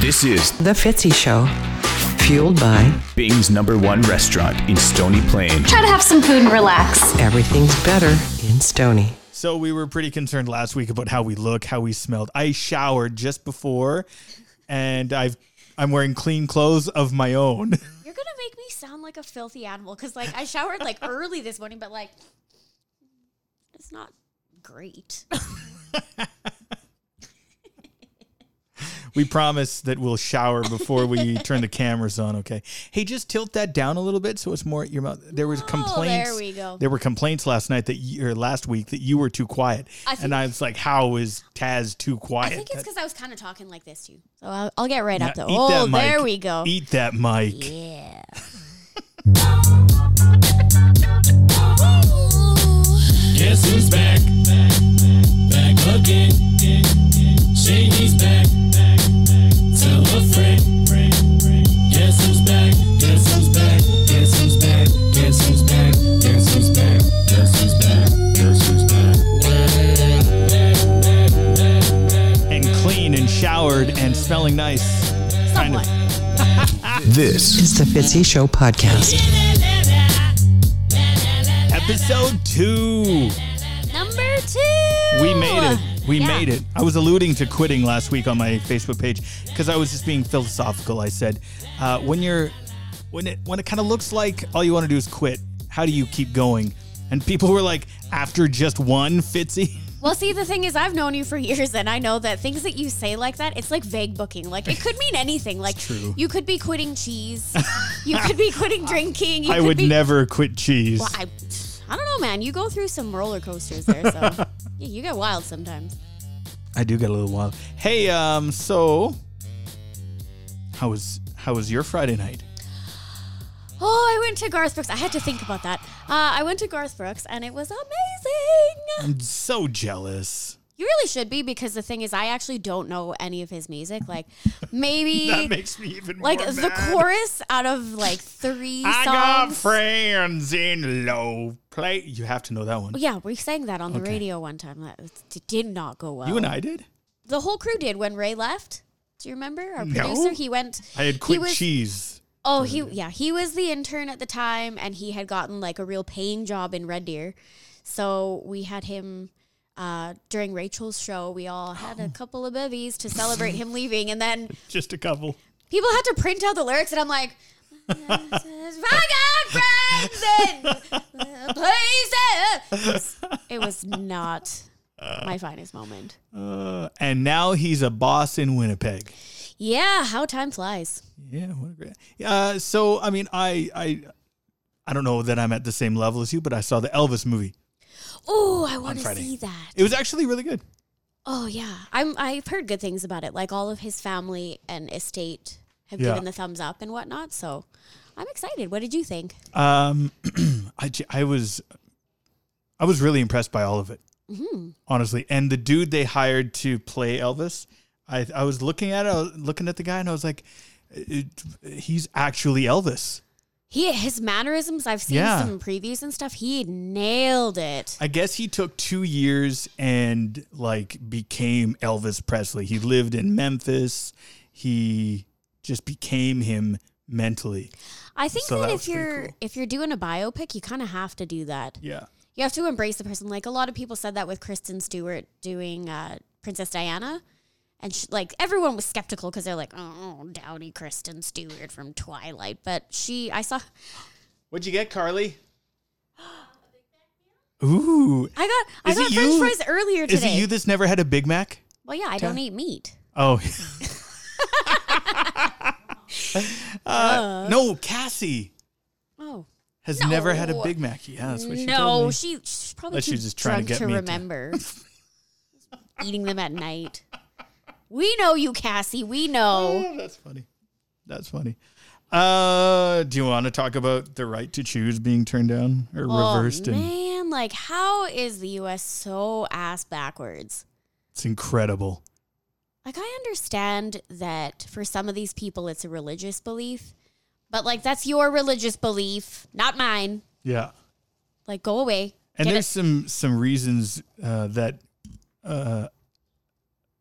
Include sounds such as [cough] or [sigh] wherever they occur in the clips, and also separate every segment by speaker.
Speaker 1: This is
Speaker 2: The Fitzy Show, fueled by
Speaker 1: Bing's number one restaurant in Stony Plain.
Speaker 3: Try to have some food and relax.
Speaker 2: Everything's Better in Stony.
Speaker 4: So we were pretty concerned last week about how we look, how we smelled. I showered just before, and I've I'm wearing clean clothes of my own. [laughs]
Speaker 5: You're gonna make me sound like a filthy animal because like I showered like early this morning, but like it's not great.
Speaker 4: We promise that we'll shower before
Speaker 5: [laughs]
Speaker 4: we turn the cameras on. Okay. Hey, just tilt that down a little bit so it's more at your mouth. There was complaints.
Speaker 5: Oh, there we go.
Speaker 4: There were complaints last night that you, or last week that you were too quiet,
Speaker 5: I think-
Speaker 4: and I was like, "How is Taz too quiet?"
Speaker 5: I think it's because I was kind of talking like this too. So I'll, I'll get right
Speaker 4: Now
Speaker 5: up though.
Speaker 4: eat
Speaker 5: Oh,
Speaker 4: that mic.
Speaker 5: there we go.
Speaker 4: Eat that mic.
Speaker 5: Yeah.
Speaker 6: Guess who's back? Back, back again. Say he's back. back, back. Tell a friend. friend, friend. Guess who's back? Guess who's back? Guess who's back? Guess who's back? Guess who's back? Guess who's back? Guess who's back?
Speaker 4: And clean and showered and smelling nice. Kind of-
Speaker 5: Somewhat.
Speaker 1: This
Speaker 2: It's The Fitzy Show podcast.
Speaker 4: Episode two.
Speaker 5: Number two.
Speaker 4: We made it. We
Speaker 5: Yeah.
Speaker 4: made it. I was alluding to quitting last week on my Facebook page because I was just being philosophical. I said, uh, when you're, when it, when it kind of looks like all you want to do is quit, how do you keep going? And people were like, after just one,
Speaker 5: [laughs]
Speaker 4: Fitzy.
Speaker 5: Well, see, the thing is, I've known you for [laughs] years, and I know that things that you say like that, it's like vague booking. Like it could mean anything. Like
Speaker 4: true.
Speaker 5: you could be
Speaker 4: [laughs]
Speaker 5: quitting cheese. you could be quitting drinking. You
Speaker 4: I
Speaker 5: could
Speaker 4: would
Speaker 5: be,
Speaker 4: never quit cheese.
Speaker 5: Well, I, I don't know, man. You go through some roller coasters there,
Speaker 4: [laughs]
Speaker 5: so yeah, you get wild sometimes.
Speaker 4: I do get a little wild. Hey, um, so how was how was your Friday night?
Speaker 5: Oh, I went to Garth Brooks. I had to think about that. Uh, I went to Garth Brooks, and it was amazing.
Speaker 4: I'm so jealous.
Speaker 5: You really should be because the thing is, I actually don't know any of his music.
Speaker 4: [laughs]
Speaker 5: Like maybe
Speaker 4: That makes me even
Speaker 5: like
Speaker 4: more
Speaker 5: the
Speaker 4: mad.
Speaker 5: chorus out of like three
Speaker 4: I got
Speaker 5: songs.
Speaker 4: friends in low play. You have to know that one.
Speaker 5: Yeah, we sang that on the radio one time. That was- it did not go well.
Speaker 4: You and I did.
Speaker 5: the whole crew did when Ray left. Do you remember our
Speaker 4: No.
Speaker 5: producer? He went.
Speaker 4: I had
Speaker 5: he
Speaker 4: quit
Speaker 5: was-
Speaker 4: cheese.
Speaker 5: Oh, he yeah, he was the intern at the time, and he had gotten like a real paying job in Red Deer. So we had him uh, during Rachel's show. We all had a couple of bevies to celebrate him leaving, and then
Speaker 4: Just a couple. [laughs]
Speaker 5: people had to print out the lyrics, and I'm like, "I got friends in places." It was not my finest moment.
Speaker 4: Uh, and now he's a boss in Winnipeg.
Speaker 5: Yeah, how time flies.
Speaker 4: Yeah, what a great. Uh, so I mean, I I I don't know that I'm at the same level as you, but I saw the Elvis movie.
Speaker 5: Oh, I want to
Speaker 4: Friday.
Speaker 5: see that.
Speaker 4: It was actually really good.
Speaker 5: Oh yeah, I'm. I've heard good things about it. Like all of his family and estate have
Speaker 4: Yeah.
Speaker 5: given the thumbs up and whatnot. So I'm excited. What did you think?
Speaker 4: Um, [clears throat] I j- I was I was really impressed by all of it, honestly. And the dude they hired to play Elvis, I I was looking at it, I was looking at the guy, and I was like, it, he's actually Elvis.
Speaker 5: He his mannerisms. I've seen
Speaker 4: Yeah.
Speaker 5: some previews and stuff. He nailed it.
Speaker 4: I guess he took two years and like became Elvis Presley. He lived in Memphis. He just became him mentally.
Speaker 5: I think
Speaker 4: So
Speaker 5: that,
Speaker 4: that was
Speaker 5: if
Speaker 4: pretty
Speaker 5: you're
Speaker 4: cool.
Speaker 5: if you're doing a biopic, you kind of have to do that.
Speaker 4: Yeah.
Speaker 5: You have to embrace the person. Like a lot of people said that with Kristen Stewart doing uh, Princess Diana. And she, like everyone was skeptical because they're like, oh, dowdy Kristen Stewart from Twilight. But she, I saw,
Speaker 4: What'd you get, Carly? Ooh,
Speaker 5: I got
Speaker 4: Is
Speaker 5: I
Speaker 4: it
Speaker 5: got French
Speaker 4: you?
Speaker 5: fries earlier
Speaker 4: is
Speaker 5: today.
Speaker 4: it you that's never had a Big Mac?
Speaker 5: well, yeah, I don't eat meat.
Speaker 4: Oh. [laughs] uh, no, Cassie
Speaker 5: Oh
Speaker 4: has
Speaker 5: No.
Speaker 4: never had a Big Mac. Yeah, that's what she told
Speaker 5: no,
Speaker 4: me.
Speaker 5: she, she's probably
Speaker 4: Unless
Speaker 5: too
Speaker 4: she's just trying to get
Speaker 5: drunk to
Speaker 4: me to- [laughs]
Speaker 5: remember eating them at night. We know you, Cassie. We know.
Speaker 4: Oh, that's funny. That's funny. Uh, do you want to talk about the right to choose being turned down or [laughs] reversed?
Speaker 5: oh,
Speaker 4: And
Speaker 5: man, like how is the U.S. so ass backwards?
Speaker 4: it's incredible.
Speaker 5: Like I understand that for some of these people, it's a religious belief, but like that's your religious belief, not mine.
Speaker 4: Yeah.
Speaker 5: Like go away.
Speaker 4: And
Speaker 5: Get
Speaker 4: there's
Speaker 5: it-
Speaker 4: some some reasons uh, that uh,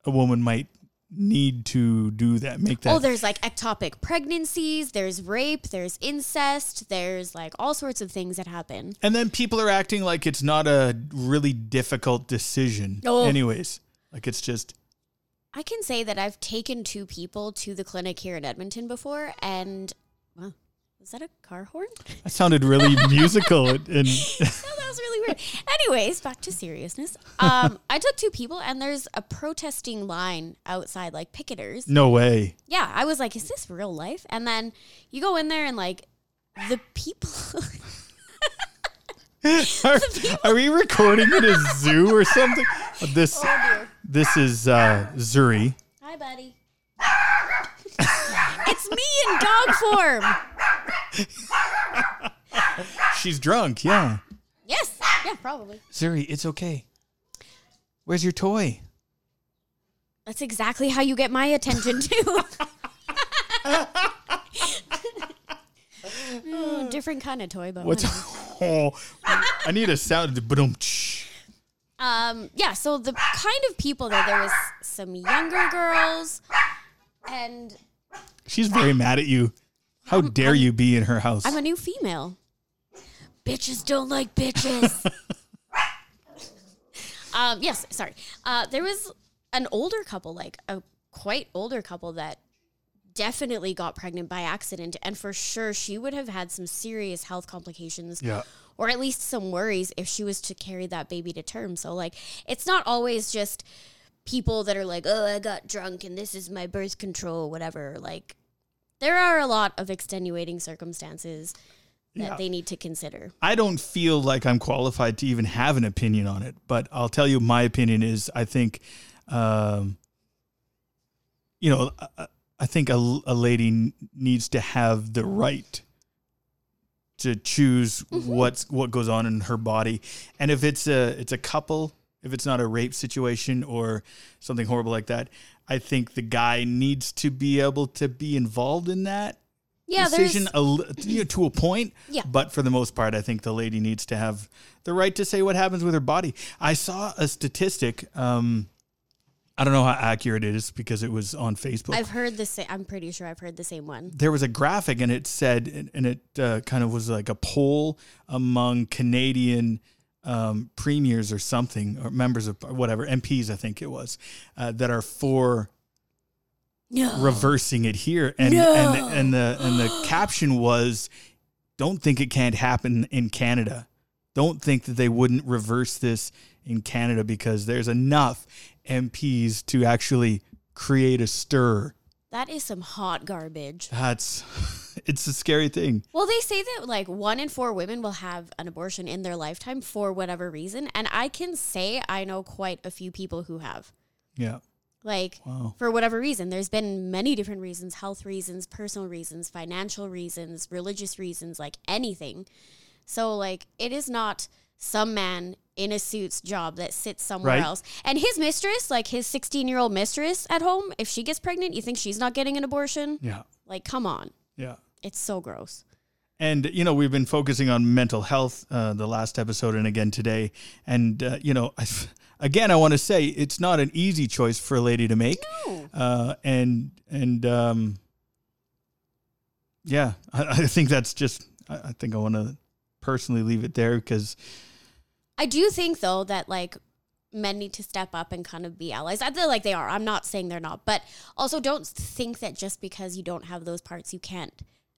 Speaker 4: a woman might need to do that. Make that.
Speaker 5: Oh, there's like ectopic pregnancies, there's rape, there's incest, there's like all sorts of things that happen.
Speaker 4: and then people are acting like it's not a really difficult decision.
Speaker 5: Oh.
Speaker 4: Anyways, like it's just
Speaker 5: I can say that I've taken two people to the clinic here in Edmonton before, and wow, was that a car horn? [laughs]
Speaker 4: that sounded really [laughs] musical and, and
Speaker 5: no, that was really weird. Anyways, back to seriousness. Um, I took two people, and there's a protesting line outside, like picketers.
Speaker 4: no
Speaker 5: [laughs]
Speaker 4: way.
Speaker 5: yeah, I was like, is this real life? And then you go in there and like the people [laughs]
Speaker 4: Are, are we recording at a zoo or something? Uh, This
Speaker 5: Oh.
Speaker 4: this is uh, Zuri.
Speaker 5: Hi buddy. [laughs] it's me in dog form.
Speaker 4: She's drunk. Yeah,
Speaker 5: Yes. Yeah, probably.
Speaker 4: Zuri, it's okay. Where's your toy?
Speaker 5: That's exactly how you get my attention [laughs] too. Mm, different kind of toy, but [laughs]
Speaker 4: What's [laughs]
Speaker 5: whatever.
Speaker 4: oh? I need a sound. Boom.
Speaker 5: um yeah, so the kind of people there there was some younger girls and
Speaker 4: She's very mad at you. How dare you be in her house?
Speaker 5: I'm a new female. Bitches don't like bitches. um, yes, sorry. Uh, there was an older couple, like a quite older couple, that definitely got pregnant by accident, and for sure she would have had some serious health complications.
Speaker 4: Yeah.
Speaker 5: Or at least some worries if she was to carry that baby to term. So, like, it's not always just people that are like, oh, I got drunk and this is my birth control, whatever. Like, there are a lot of extenuating circumstances that
Speaker 4: Yeah.
Speaker 5: they need to consider.
Speaker 4: I don't feel like I'm qualified to even have an opinion on it, but I'll tell you my opinion is I think, um, you know, I- I- I think a, l- a lady n- needs to have the right to choose what's what goes on in her body, and if it's a it's a couple, if it's not a rape situation or something horrible like that, I think the guy needs to be able to be involved in that
Speaker 5: Yeah,
Speaker 4: decision
Speaker 5: there's
Speaker 4: a, li- you know, to a point.
Speaker 5: Yeah.
Speaker 4: But for the most part, I think the lady needs to have the right to say what happens with her body. I saw a statistic. Um, I don't know how accurate it is because it was on Facebook.
Speaker 5: I've heard the same. I'm pretty sure I've heard the same one.
Speaker 4: there was a graphic and it said, and, and it uh, kind of was like a poll among Canadian um, premiers or something, or members of whatever, MPs, I think it was, uh, that are for
Speaker 5: No.
Speaker 4: reversing it here and and and the and the caption was don't think it can't happen in Canada. Don't think that they wouldn't reverse this in Canada because there's enough MPs to actually create a stir.
Speaker 5: That is some hot garbage.
Speaker 4: That's [laughs] it's a scary thing.
Speaker 5: Well, they say that like one in four women will have an abortion in their lifetime for whatever reason. And I can say I know quite a few people who have.
Speaker 4: Yeah.
Speaker 5: Like,
Speaker 4: Wow.
Speaker 5: for whatever reason, there's been many different reasons health reasons, personal reasons, financial reasons, religious reasons, like anything. So, like, it is not some man in a suit's job that sits somewhere
Speaker 4: Right.
Speaker 5: else. And his mistress, like his 16 year old mistress at home, if she gets pregnant, you think she's not getting an abortion?
Speaker 4: Yeah.
Speaker 5: Like, come on.
Speaker 4: Yeah.
Speaker 5: It's so gross.
Speaker 4: And you know we've been focusing on mental health uh, the last episode and again today, and uh, you know I, [laughs] again I want to say it's not an easy choice for a lady to make, uh, and and um, yeah I, I think that's just I, I think I want to personally leave it there because
Speaker 5: I do think though that like men need to step up and kind of be allies. I feel like they are. I'm not saying they're not, but also don't think that just because you don't have those parts you can't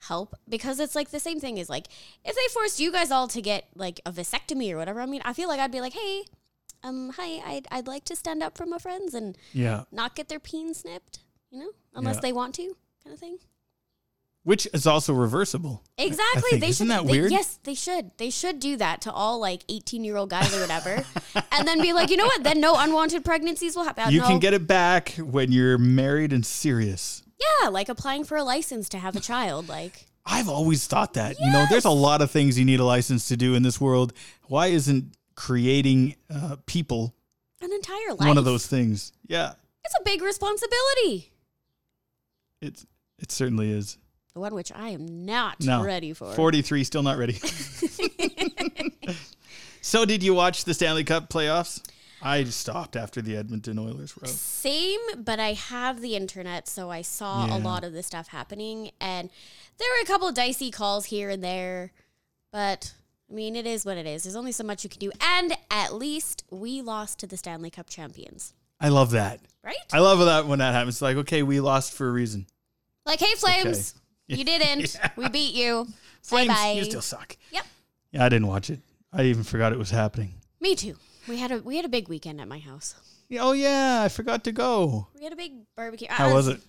Speaker 5: help because it's like the same thing is like if they forced you guys all to get like a vasectomy or whatever. I mean, I feel like I'd be like, "Hey, um hi, I'd I'd like to stand up for my friends and
Speaker 4: yeah,
Speaker 5: not get their peen snipped, you know? Unless
Speaker 4: Yeah.
Speaker 5: they want to." Kind of thing.
Speaker 4: which is also reversible.
Speaker 5: Exactly.
Speaker 4: think-
Speaker 5: they
Speaker 4: isn't
Speaker 5: should,
Speaker 4: that
Speaker 5: they-
Speaker 4: weird?
Speaker 5: yes, they should. They should do that to all like 18 year old guys or whatever. and then be like, you know what? Then no unwanted pregnancies will happen.
Speaker 4: You
Speaker 5: No.
Speaker 4: can get it back when you're married and serious.
Speaker 5: Yeah, like applying for a license to have a child. Like,
Speaker 4: I've always thought that. You know, there's a lot of things you need a license to do in this world. Why isn't creating uh, people
Speaker 5: an entire life.
Speaker 4: one of those things? Yeah,
Speaker 5: It's a big responsibility.
Speaker 4: it's it certainly is.
Speaker 5: The one which I am not
Speaker 4: No,
Speaker 5: ready for.
Speaker 4: 43, still
Speaker 5: [laughs]
Speaker 4: not ready. so, did you watch the Stanley Cup playoffs? I stopped after the Edmonton Oilers were out.
Speaker 5: Same, but I have the internet, so I saw a
Speaker 4: Yeah.
Speaker 5: lot of this stuff happening, and there were a couple dicey calls here and there, but I mean, it is what it is. There's only so much you can do, and at least we lost to the Stanley Cup champions,
Speaker 4: I love that.
Speaker 5: right?
Speaker 4: I love that when that happens. Like, okay, we lost for a reason.
Speaker 5: like, hey, Flames,
Speaker 4: [laughs]
Speaker 5: you didn't. We beat you.
Speaker 4: Flames,
Speaker 5: Bye-bye.
Speaker 4: you still suck.
Speaker 5: Yep,
Speaker 4: Yeah, I didn't watch it. I even forgot it was happening.
Speaker 5: me too. We had a we had a big weekend at my house.
Speaker 4: Yeah, Oh yeah, I forgot to go.
Speaker 5: We had a big barbecue.
Speaker 4: How was it?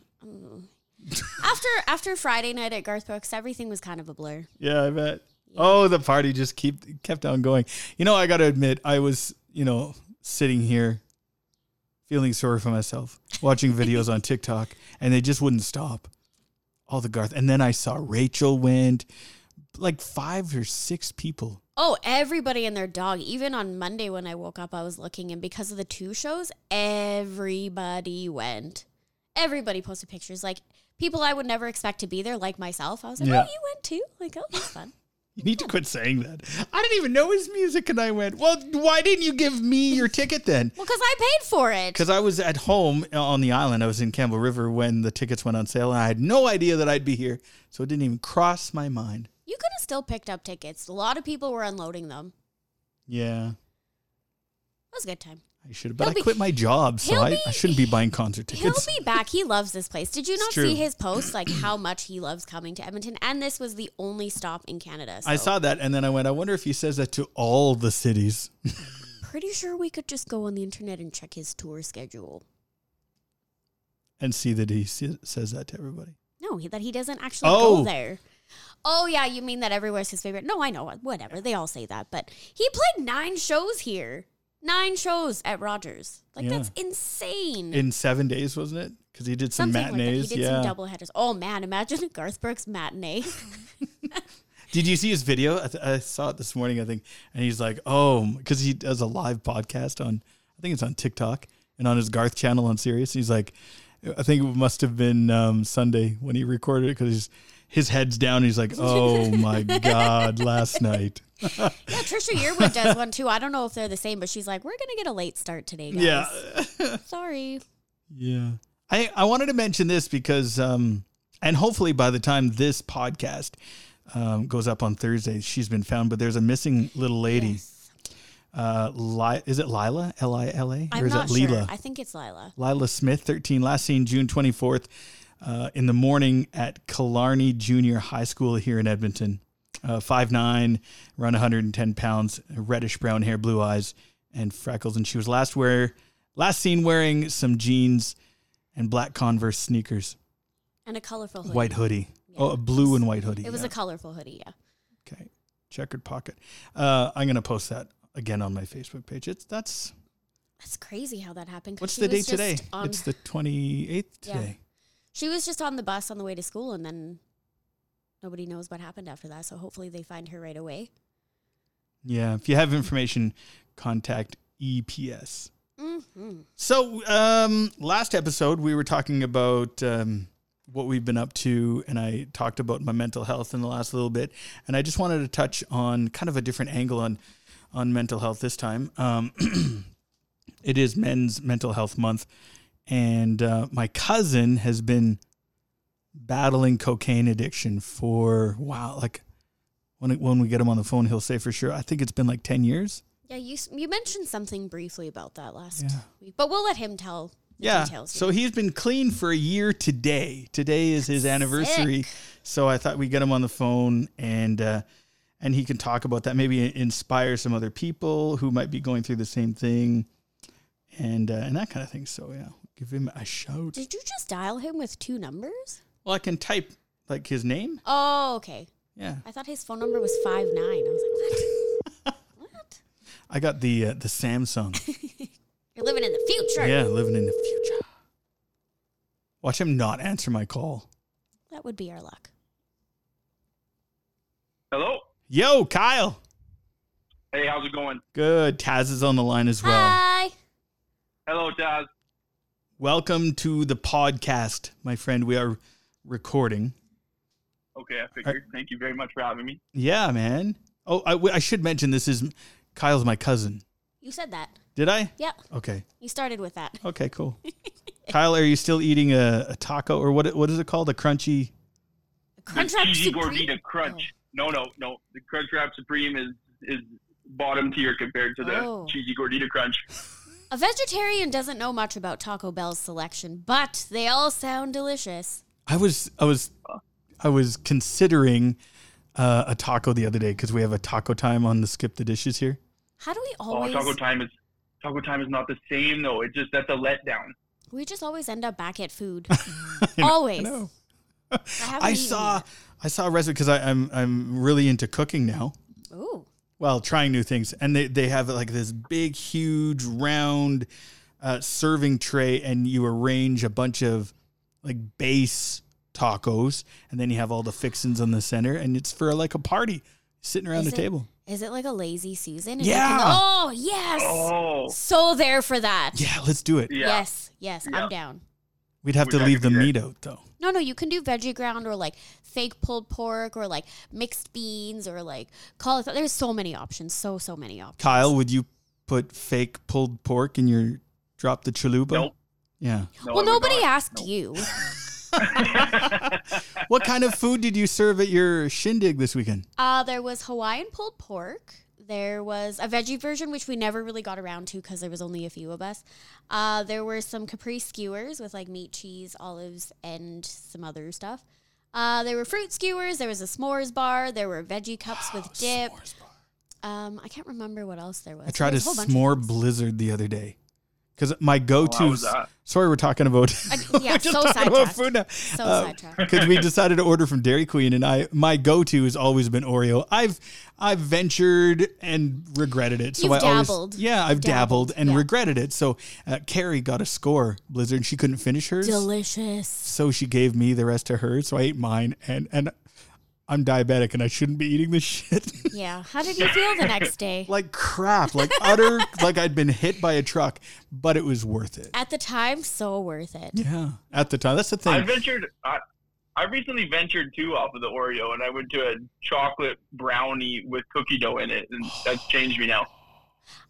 Speaker 5: After after Friday night at Garth Brooks, everything was kind of a blur.
Speaker 4: Yeah, I bet. Oh, the party just keep kept on going. You know, I got to admit, I was you know sitting here feeling sorry for myself, watching videos on TikTok, and they just wouldn't stop. All the Garth, and then I saw Rachel went like five or six people.
Speaker 5: Oh, everybody and their dog. Even on Monday when I woke up, I was looking, and because of the two shows, everybody went. Everybody posted pictures, like people I would never expect to be there, like myself. I was like,
Speaker 4: Yeah.
Speaker 5: "Oh, you went too? Like, oh, that's fun."
Speaker 4: You need to quit saying that. I didn't even know his music, and I went, "Well, why didn't you give me your ticket then?"
Speaker 5: well, because I paid
Speaker 4: [laughs]
Speaker 5: for it.
Speaker 4: Because I was at home uh, on the island. I was in Campbell River when the tickets went on sale, and I had no idea that I'd be here, so it didn't even cross my mind.
Speaker 5: You could have still picked up tickets. A lot of people were unloading them.
Speaker 4: Yeah,
Speaker 5: It was a good time.
Speaker 4: I should have, but
Speaker 5: He'll
Speaker 4: I
Speaker 5: be-
Speaker 4: quit my job, so
Speaker 5: he'll
Speaker 4: I,
Speaker 5: be-
Speaker 4: I shouldn't be buying concert
Speaker 5: He'll
Speaker 4: tickets.
Speaker 5: be back. He loves this place. Did you not
Speaker 4: true.
Speaker 5: see his post, like [clears throat] how much he loves coming to Edmonton? And this was the only stop in Canada. So
Speaker 4: I saw that, and then I went, "I wonder if he says that to all the cities."
Speaker 5: Pretty sure we could just go on the internet and check his tour schedule.
Speaker 4: And see that he s- says that to everybody.
Speaker 5: No, he, that he doesn't actually
Speaker 4: Oh.
Speaker 5: go there. Oh yeah, you mean that everywhere's his favorite? No, I know. uh, Whatever. They all say that, but he played nine shows here. Nine shows at Rogers. Like
Speaker 4: Yeah.
Speaker 5: that's insane.
Speaker 4: In seven days, wasn't it? Because he did some
Speaker 5: Something
Speaker 4: matinees.
Speaker 5: like that. He did
Speaker 4: yeah.
Speaker 5: some double headers. Oh man, imagine [laughs] a Garth Brooks matinee. [laughs]
Speaker 4: Did you see his video? I, th- I saw it this morning, I think. And he's like, oh, because he does a live podcast on, I think it's on TikTok and on his Garth channel on Sirius. He's like, I think it must have been um, Sunday when he recorded it because his head's down. He's like, oh my God, last night.
Speaker 5: yeah, Trisha Yearwood does one too. I don't know if they're the same, but she's like, "We're gonna get a late start today, guys."
Speaker 4: Yeah.
Speaker 5: Sorry.
Speaker 4: Yeah. I, I wanted to mention this because, um, and hopefully by the time this podcast um, goes up on Thursday, she's been found, but there's a missing little lady. Uh, Li- is it Lila? L I L A?
Speaker 5: I'm
Speaker 4: Or is
Speaker 5: not
Speaker 4: it
Speaker 5: sure.
Speaker 4: Lila?
Speaker 5: I think it's Lila.
Speaker 4: Lila Smith, 13, last seen June 24th uh, in the morning at Killarney Junior High School here in Edmonton. Uh, 5'9, around 110 pounds, reddish brown hair, blue eyes, and freckles. And she was last wear, last seen wearing some jeans and black Converse sneakers,
Speaker 5: And a colorful hoodie.
Speaker 4: white hoodie. Oh, a blue and white hoodie.
Speaker 5: It was
Speaker 4: yeah.
Speaker 5: a colorful hoodie. Yeah.
Speaker 4: Okay. Checkered pocket. Uh, I'm going to post that again on my Facebook page. It's That's,
Speaker 5: That's crazy how that happened. 'cause
Speaker 4: what's
Speaker 5: she
Speaker 4: the
Speaker 5: was
Speaker 4: date today?
Speaker 5: just on-
Speaker 4: It's the 28th
Speaker 5: Yeah.
Speaker 4: today.
Speaker 5: she was just on the bus on the way to school, and then nobody knows what happened after that. So hopefully they find her right away.
Speaker 4: Yeah, if you have information, contact EPS.
Speaker 5: hmm
Speaker 4: So, um, last episode we were talking about um, what we've been up to, and I talked about my mental health in the last little bit, and I just wanted to touch on kind of a different angle on on mental health this time. Um, [clears throat] it is Men's Mental Health Month, and uh, my cousin has been battling cocaine addiction for wow, like when when we get him on the phone, he'll say for sure. I think it's been like ten years.
Speaker 5: Yeah, you s- you mentioned something briefly about that last
Speaker 4: Yeah.
Speaker 5: week, but we'll let him tell. The
Speaker 4: Yeah.
Speaker 5: Details.
Speaker 4: So he's been clean for a year today. Today is his anniversary. So I thought we'd get him on the phone and uh, and he can talk about that. Maybe inspire some other people who might be going through the same thing, and uh, and that kind of thing. So yeah, give him a shout.
Speaker 5: Did you just dial him with two numbers?
Speaker 4: Well, I can type like his name.
Speaker 5: Oh, okay.
Speaker 4: Yeah,
Speaker 5: I thought his phone number was five nine. I was
Speaker 4: [laughs]
Speaker 5: like, what? what?
Speaker 4: I got the uh, the
Speaker 5: [laughs]
Speaker 4: Samsung.
Speaker 5: You're living in the future.
Speaker 4: yeah, living in the future. Watch him not answer my call.
Speaker 5: That would be our luck.
Speaker 7: Hello.
Speaker 4: Yo, Kyle.
Speaker 7: Hey, how's it going?
Speaker 4: Good. Taz is on the line as well.
Speaker 5: Hi.
Speaker 7: Hello, Taz.
Speaker 4: Welcome to the podcast, my friend. We are recording.
Speaker 7: Okay, I figured. Thank you very much for having me.
Speaker 4: Yeah, man. Oh, I, I should mention this is Kyle's my cousin.
Speaker 5: You said that.
Speaker 4: Did I?
Speaker 5: Yep.
Speaker 4: Okay.
Speaker 5: You started with that.
Speaker 4: Okay, cool. Kyle, are you still eating a, a taco or what? what is it called? A crunchy?
Speaker 7: The
Speaker 5: Crunch Wrap
Speaker 7: cheesy
Speaker 5: Supreme.
Speaker 7: gordita crunch. No, no, no. The crunch wrap supreme is is bottom tier compared to the
Speaker 5: Oh.
Speaker 7: cheesy gordita crunch.
Speaker 5: A vegetarian doesn't know much about Taco Bell's selection, but they all sound delicious.
Speaker 4: I was I was I was considering uh, a taco the other day because we have a taco time on the skip the dishes here.
Speaker 5: How do we
Speaker 7: Oh,
Speaker 5: always
Speaker 7: taco time is taco time is not the same though. It's just that's a letdown.
Speaker 5: we just always end up back at
Speaker 7: [laughs]
Speaker 5: food.
Speaker 4: know, I
Speaker 5: always.
Speaker 4: know.
Speaker 5: haven't
Speaker 4: I
Speaker 5: eaten
Speaker 4: saw
Speaker 5: yet.
Speaker 4: I saw a recipe because I'm I'm really into cooking now.
Speaker 5: Ooh.
Speaker 4: Well, trying new things, and they they have like this big, huge, round uh, serving tray, and you arrange a bunch of like base tacos, and then you have all the fixins on the center, and it's for like a party, sitting around
Speaker 5: Is
Speaker 4: the
Speaker 5: it-
Speaker 4: table.
Speaker 5: Is it like a lazy Susan? Is it
Speaker 4: Yeah.
Speaker 5: like an- oh yes.
Speaker 7: Oh,
Speaker 5: So there for that.
Speaker 4: Yeah, let's do it.
Speaker 7: yeah.
Speaker 5: Yes, yes,
Speaker 7: Yeah.
Speaker 5: I'm down.
Speaker 4: We'd have
Speaker 7: We'd
Speaker 4: to
Speaker 7: have
Speaker 4: leave
Speaker 7: to
Speaker 4: the
Speaker 7: do that.
Speaker 4: meat out though.
Speaker 5: No, no, you can do veggie ground or like fake pulled pork or like mixed beans or like cauliflower. There's so many options, so so many options.
Speaker 4: Kyle, would you put fake pulled pork in your drop the chalupa?
Speaker 7: Nope.
Speaker 4: Yeah.
Speaker 5: well,
Speaker 7: No, I would
Speaker 5: nobody
Speaker 7: not.
Speaker 5: asked you.
Speaker 4: What kind of food did you serve at your shindig this weekend?
Speaker 5: Uh, there was Hawaiian pulled pork. There was a veggie version, which we never really got around to because there was only a few of us. Uh, there were some Capri skewers with like meat, cheese, olives, and some other stuff. Uh, there were fruit skewers. There was a s'mores bar. There were veggie cups with dip. Um, I can't remember what else there was.
Speaker 4: I tried a
Speaker 5: There was whole bunch of
Speaker 4: s'more
Speaker 5: things.
Speaker 4: blizzard the other day because my go-to.
Speaker 7: how was that?
Speaker 4: sorry, we're talking
Speaker 5: [laughs]
Speaker 4: about. [laughs]
Speaker 5: I- yeah,
Speaker 4: we're just
Speaker 5: so
Speaker 4: talking about
Speaker 5: sidetracked.
Speaker 4: food now. Uh,
Speaker 5: So
Speaker 4: [laughs]
Speaker 5: sidetracked.
Speaker 4: Because we decided to order from Dairy Queen, and I my go-to has always been Oreo. I've I've ventured and regretted it. So
Speaker 5: You've
Speaker 4: I
Speaker 5: dabbled.
Speaker 4: always yeah I've dabbled,
Speaker 5: Dabbled,
Speaker 4: and
Speaker 5: yeah.
Speaker 4: regretted it. So uh, Carrie got a score blizzard. She couldn't finish hers.
Speaker 5: Delicious.
Speaker 4: so she gave me the rest of hers. So I ate mine, and and I'm diabetic, and I shouldn't be eating this [laughs] shit.
Speaker 5: Yeah. How did you feel the next day?
Speaker 4: [laughs] like crap, like utter, [laughs] like I'd been hit by a truck, but it was worth it.
Speaker 5: At the time, so worth it.
Speaker 4: Yeah, at the time, that's the
Speaker 7: I
Speaker 4: thing.
Speaker 7: ventured. I, I recently ventured too off of the Oreo, and I went to a chocolate brownie with cookie dough in it, and that's changed me now.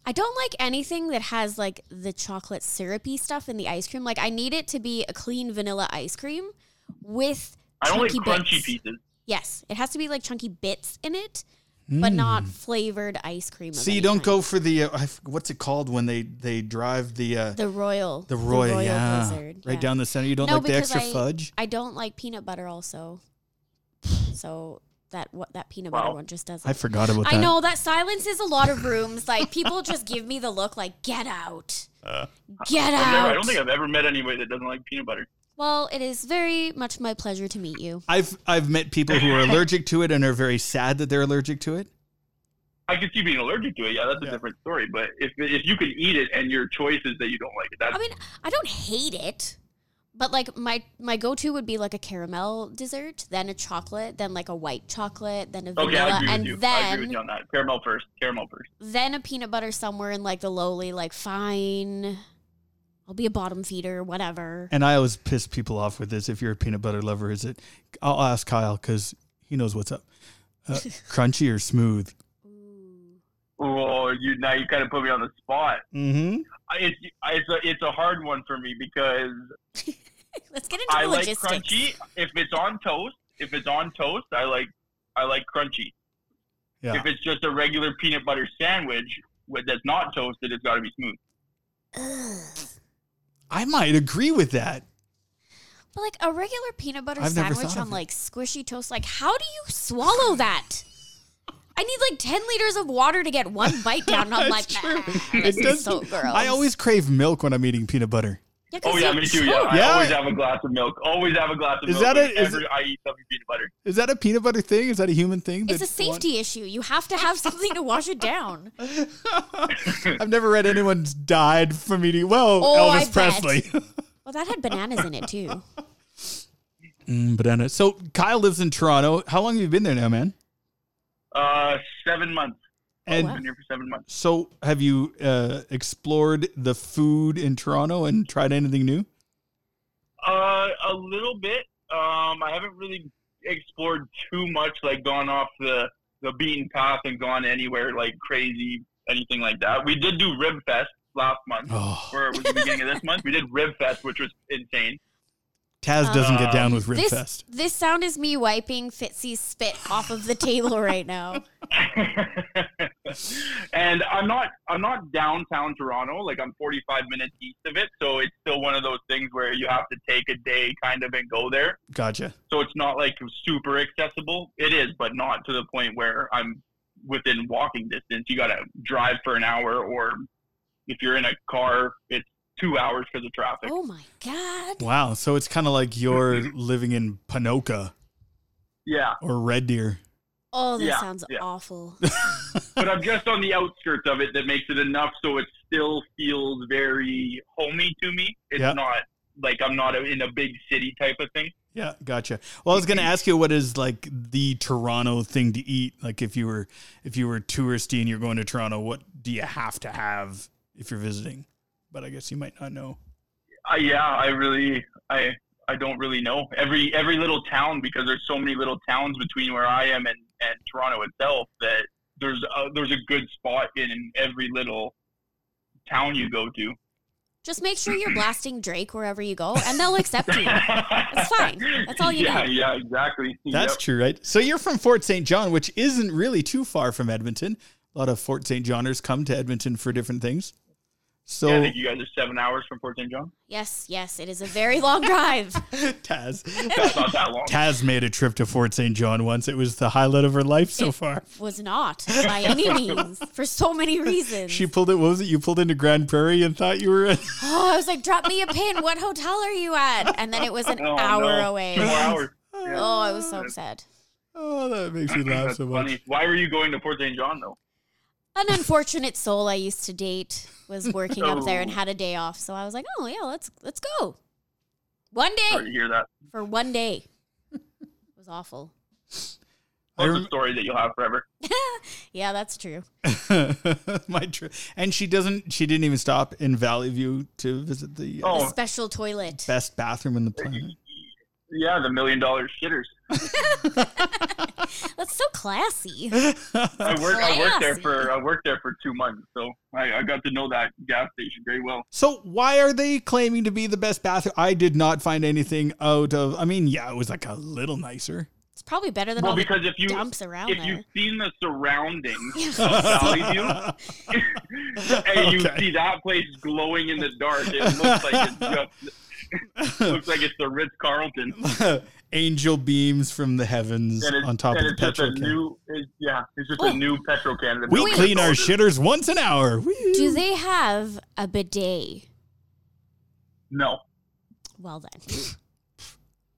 Speaker 5: I don't like anything that has like the chocolate syrupy stuff in the ice cream. Like I need it to be a clean vanilla ice cream with
Speaker 7: I don't like
Speaker 5: chunky
Speaker 7: crunchy
Speaker 5: bits.
Speaker 7: pieces.
Speaker 5: Yes, it has to be like chunky bits in it, but not flavored ice cream. of
Speaker 4: Hmm. So you
Speaker 5: any
Speaker 4: don't
Speaker 5: kind.
Speaker 4: go for the uh, I f- what's it called when they they drive the uh,
Speaker 5: the royal,
Speaker 4: the royal, yeah,
Speaker 5: Blizzard,
Speaker 4: right
Speaker 5: yeah.
Speaker 4: down the center. You don't
Speaker 5: No,
Speaker 4: like the
Speaker 5: because
Speaker 4: extra
Speaker 5: I-
Speaker 4: fudge.
Speaker 5: I don't like peanut butter also, so that what that peanut butter
Speaker 7: Wow.
Speaker 5: one just doesn't.
Speaker 4: I forgot about that.
Speaker 5: I know that silences a lot of rooms. Like people just give me the look, like get out, get
Speaker 7: I've never,
Speaker 5: out.
Speaker 7: I don't think I've ever met anybody that doesn't like peanut butter.
Speaker 5: well, it is very much my pleasure to meet you.
Speaker 4: I've I've met people who are allergic to it and are very sad that they're allergic to it.
Speaker 7: I could see being allergic to it. Yeah, that's a
Speaker 4: Yeah.
Speaker 7: different story. But if if you can eat it and your choice is that you don't like it, that's
Speaker 5: I mean, I don't hate it, but like my my go to would be like a caramel dessert, then a chocolate, then like a white chocolate, then a
Speaker 7: okay.
Speaker 5: vanilla,
Speaker 7: I agree
Speaker 5: and
Speaker 7: with you. I agree with
Speaker 5: then
Speaker 7: you on that. Caramel first. Caramel first.
Speaker 5: then a peanut butter somewhere in like the lowly, like fine. I'll be a bottom feeder, whatever.
Speaker 4: And I always piss people off with this. If you're a peanut butter lover, is it? I'll ask Kyle because he knows what's up.
Speaker 5: [laughs]
Speaker 4: Uh, crunchy or smooth?
Speaker 7: Oh, you now you kind of put me on the spot.
Speaker 4: Mm-hmm.
Speaker 7: I- It's I- it's a it's a hard one for me because
Speaker 5: [laughs] Let's get into
Speaker 7: I
Speaker 5: the
Speaker 7: like
Speaker 5: logistics.
Speaker 7: crunchy. If it's on toast, if it's on toast, I like I like crunchy.
Speaker 4: Yeah.
Speaker 7: If it's just a regular peanut butter sandwich with, that's not toasted, it's got to be smooth.
Speaker 4: I might agree with that.
Speaker 5: But like a regular peanut butter
Speaker 4: I've never
Speaker 5: sandwich
Speaker 4: thought of
Speaker 5: on
Speaker 4: it.
Speaker 5: like squishy toast, like how do you swallow that? I need like ten liters of water to
Speaker 4: [laughs]
Speaker 5: get one bite down. And I'm like,
Speaker 4: That's true.
Speaker 5: "Ah,
Speaker 4: It
Speaker 5: this
Speaker 4: does-
Speaker 5: is so gross.
Speaker 4: I always crave milk when I'm eating peanut butter.
Speaker 7: Oh
Speaker 5: 'cause
Speaker 7: yeah,
Speaker 5: you
Speaker 7: me too. Yeah, I
Speaker 4: Yeah.
Speaker 7: always have a glass of milk. Always have a glass of
Speaker 4: Is
Speaker 7: milk.
Speaker 4: that it? Is
Speaker 7: whenever
Speaker 4: it-
Speaker 7: I eat something peanut butter.
Speaker 4: Is that a peanut butter thing? Is that a human thing?
Speaker 5: It's a
Speaker 4: that one-
Speaker 5: safety issue. You have to have something to wash it down.
Speaker 4: I've never read anyone's died from eating. Well,
Speaker 5: Oh, I
Speaker 4: Elvis
Speaker 5: bet.
Speaker 4: Presley. [laughs]
Speaker 5: Well, that had bananas in it too.
Speaker 4: Mm, banana. So Kyle lives in Toronto. How long have you been there now, man?
Speaker 7: Uh, seven months.
Speaker 5: Oh,
Speaker 4: And
Speaker 7: I've been here for seven months.
Speaker 4: so, have you uh, explored the food in Toronto and tried anything new?
Speaker 7: Uh, a little bit. Um, I haven't really explored too much, like gone off the the beaten path and gone anywhere like crazy anything like that. We did do Rib Fest last month,
Speaker 4: Oh.
Speaker 7: or it was the beginning of this month. We did Rib Fest, which was insane. [laughs]
Speaker 4: Taz doesn't get down with
Speaker 5: Uh, This
Speaker 4: Ribfest.
Speaker 5: this sound is me wiping Fitzy's spit off of the table right now.
Speaker 7: and I'm not I'm not downtown Toronto. Like I'm 45 minutes east of it, so it's still one of those things where you have to take a day kind of and go there.
Speaker 4: Gotcha.
Speaker 7: So it's not like super accessible. It is, but not to the point where I'm within walking distance. You got to drive for an hour, or if you're in a car, it's two hours because of traffic.
Speaker 5: Oh my god!
Speaker 4: Wow. So it's kind of like you're living in Panoka
Speaker 7: Yeah,
Speaker 4: or Red Deer.
Speaker 5: Oh, that
Speaker 7: Yeah,
Speaker 5: sounds
Speaker 7: yeah.
Speaker 5: awful.
Speaker 7: but I'm just on the outskirts of it that makes it enough so it still feels very homey to me. It's
Speaker 4: Yeah.
Speaker 7: not like I'm not in a big city type of thing.
Speaker 4: Yeah, gotcha. Well, I was going to ask you what is like the Toronto thing to eat? Like if you were if you were touristy and you're going to Toronto, what do you have to have if you're visiting? But I guess you might not know.
Speaker 7: Uh, yeah, I really, I, I don't really know every every little town because there's so many little towns between where I am and, and Toronto itself that there's a, there's a good spot in every little town you go to.
Speaker 5: Just make sure you're blasting Drake wherever you go, and they'll accept you.
Speaker 7: That's [laughs]
Speaker 5: fine. That's all you
Speaker 7: yeah,
Speaker 5: know.
Speaker 7: Yeah, exactly.
Speaker 4: That's
Speaker 7: Yep.
Speaker 4: true, right? So you're from Fort St. John, which isn't really too far from Edmonton. A lot of Fort St. Johners come to Edmonton for different things. So
Speaker 7: Yeah, I think you guys are seven hours from Fort St. John.
Speaker 5: Yes, yes, it is a very long drive.
Speaker 4: Taz
Speaker 7: That's not
Speaker 4: [laughs]
Speaker 7: that long.
Speaker 4: Taz made a trip to Fort St. John once. It was the highlight of her life so far.
Speaker 5: Was not by any
Speaker 7: [laughs]
Speaker 5: means for so many reasons.
Speaker 4: She pulled it. What was it? You pulled into Grand Prairie and thought you were.
Speaker 5: oh, [gasps] I was like, drop me a pin. What hotel are you at? And then it was an
Speaker 7: Oh,
Speaker 5: hour
Speaker 7: no.
Speaker 5: away.
Speaker 7: Two hours. Yeah.
Speaker 5: [laughs] Oh, I was so upset.
Speaker 4: [laughs] Oh, that makes me laugh
Speaker 7: That's
Speaker 4: so much.
Speaker 7: funny. Why were you going to Fort St. John though?
Speaker 5: An unfortunate soul I used to date was working up there and
Speaker 7: Oh.
Speaker 5: had a day off, so I was like, oh yeah, let's let's go. One
Speaker 7: Sorry to
Speaker 5: day
Speaker 7: hear that.
Speaker 5: for one day. [laughs] It was awful.
Speaker 4: I
Speaker 7: That's
Speaker 4: rem-
Speaker 7: a story that you'll have forever.
Speaker 5: Yeah, that's true.
Speaker 4: [laughs] My trip, and she doesn't. She didn't even stop in Valley View to visit the uh,
Speaker 5: The
Speaker 7: Oh,
Speaker 5: special toilet.
Speaker 4: best bathroom in the planet.
Speaker 7: yeah, the million dollar shitters.
Speaker 5: That's so [laughs] classy.
Speaker 7: I worked. I worked there
Speaker 5: Classy.
Speaker 7: for. I worked there for two months, so I, I got to know that gas station very well.
Speaker 4: So why are they claiming to be the best bathroom? I did not find anything out of. I mean, yeah, it was like a little nicer.
Speaker 5: It's probably better than
Speaker 7: well,
Speaker 5: all
Speaker 7: because
Speaker 5: the
Speaker 7: if you
Speaker 5: dumps around
Speaker 7: if
Speaker 5: there.
Speaker 7: you've seen the
Speaker 5: [laughs]
Speaker 7: surroundings of Valleyview, and you
Speaker 4: Okay.
Speaker 7: see that place glowing in the dark, it looks like it's
Speaker 4: [laughs]
Speaker 7: just looks like it's the Ritz Carlton.
Speaker 4: Angel beams from the heavens
Speaker 7: And it's,
Speaker 4: on top
Speaker 7: and
Speaker 4: of the
Speaker 7: it's just a
Speaker 4: petrol can.
Speaker 7: new, it's, yeah, it's just
Speaker 5: Oh.
Speaker 7: a new petrol can.
Speaker 4: we
Speaker 5: Wait.
Speaker 4: clean our shitters once an hour. Whee!
Speaker 5: Do they have a bidet?
Speaker 7: No,
Speaker 5: Well then,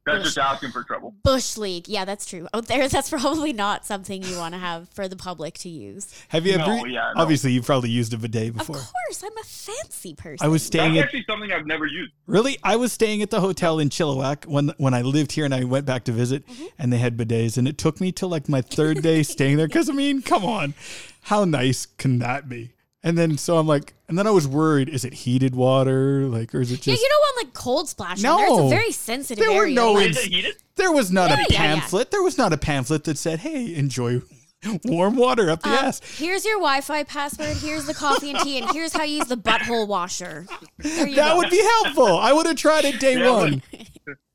Speaker 7: that's just asking for trouble.
Speaker 5: [gasps] bush league. Yeah, that's true. Out there, that's probably not something you want to have for the public to use.
Speaker 4: Have you
Speaker 7: No,
Speaker 4: ever?
Speaker 7: yeah, no.
Speaker 4: Obviously, you've probably used a bidet
Speaker 5: Of
Speaker 4: before.
Speaker 5: course, I'm a fancy person.
Speaker 4: I was
Speaker 7: That's
Speaker 4: staying at
Speaker 7: actually something I've never used.
Speaker 4: Really, I was staying at the hotel in Chilliwack when when I lived here, and I went back to visit,
Speaker 5: Mm-hmm.
Speaker 4: and they had bidets, and it took me till like my third
Speaker 5: [laughs]
Speaker 4: day staying there. Because I mean, come on, how nice can that be? And then so I'm like, and then I was worried: is it heated water, like, or is it
Speaker 5: yeah,
Speaker 4: just?
Speaker 5: you don't want like cold splash. No, there. it's
Speaker 4: No.
Speaker 5: a very sensitive
Speaker 4: There were
Speaker 5: area.
Speaker 4: no
Speaker 5: Like,
Speaker 7: Is it heated?
Speaker 4: there was not
Speaker 5: Yeah,
Speaker 4: a
Speaker 5: yeah, yeah.
Speaker 4: pamphlet. There was not a pamphlet that said, "Hey, enjoy warm water up the
Speaker 5: uh,
Speaker 4: ass."
Speaker 5: Here's your Wi-Fi password. Here's the coffee and tea, and here's how you use the butthole washer. There you
Speaker 4: That
Speaker 5: go.
Speaker 4: would be helpful. I would have tried it day
Speaker 7: Yeah, but-
Speaker 4: one.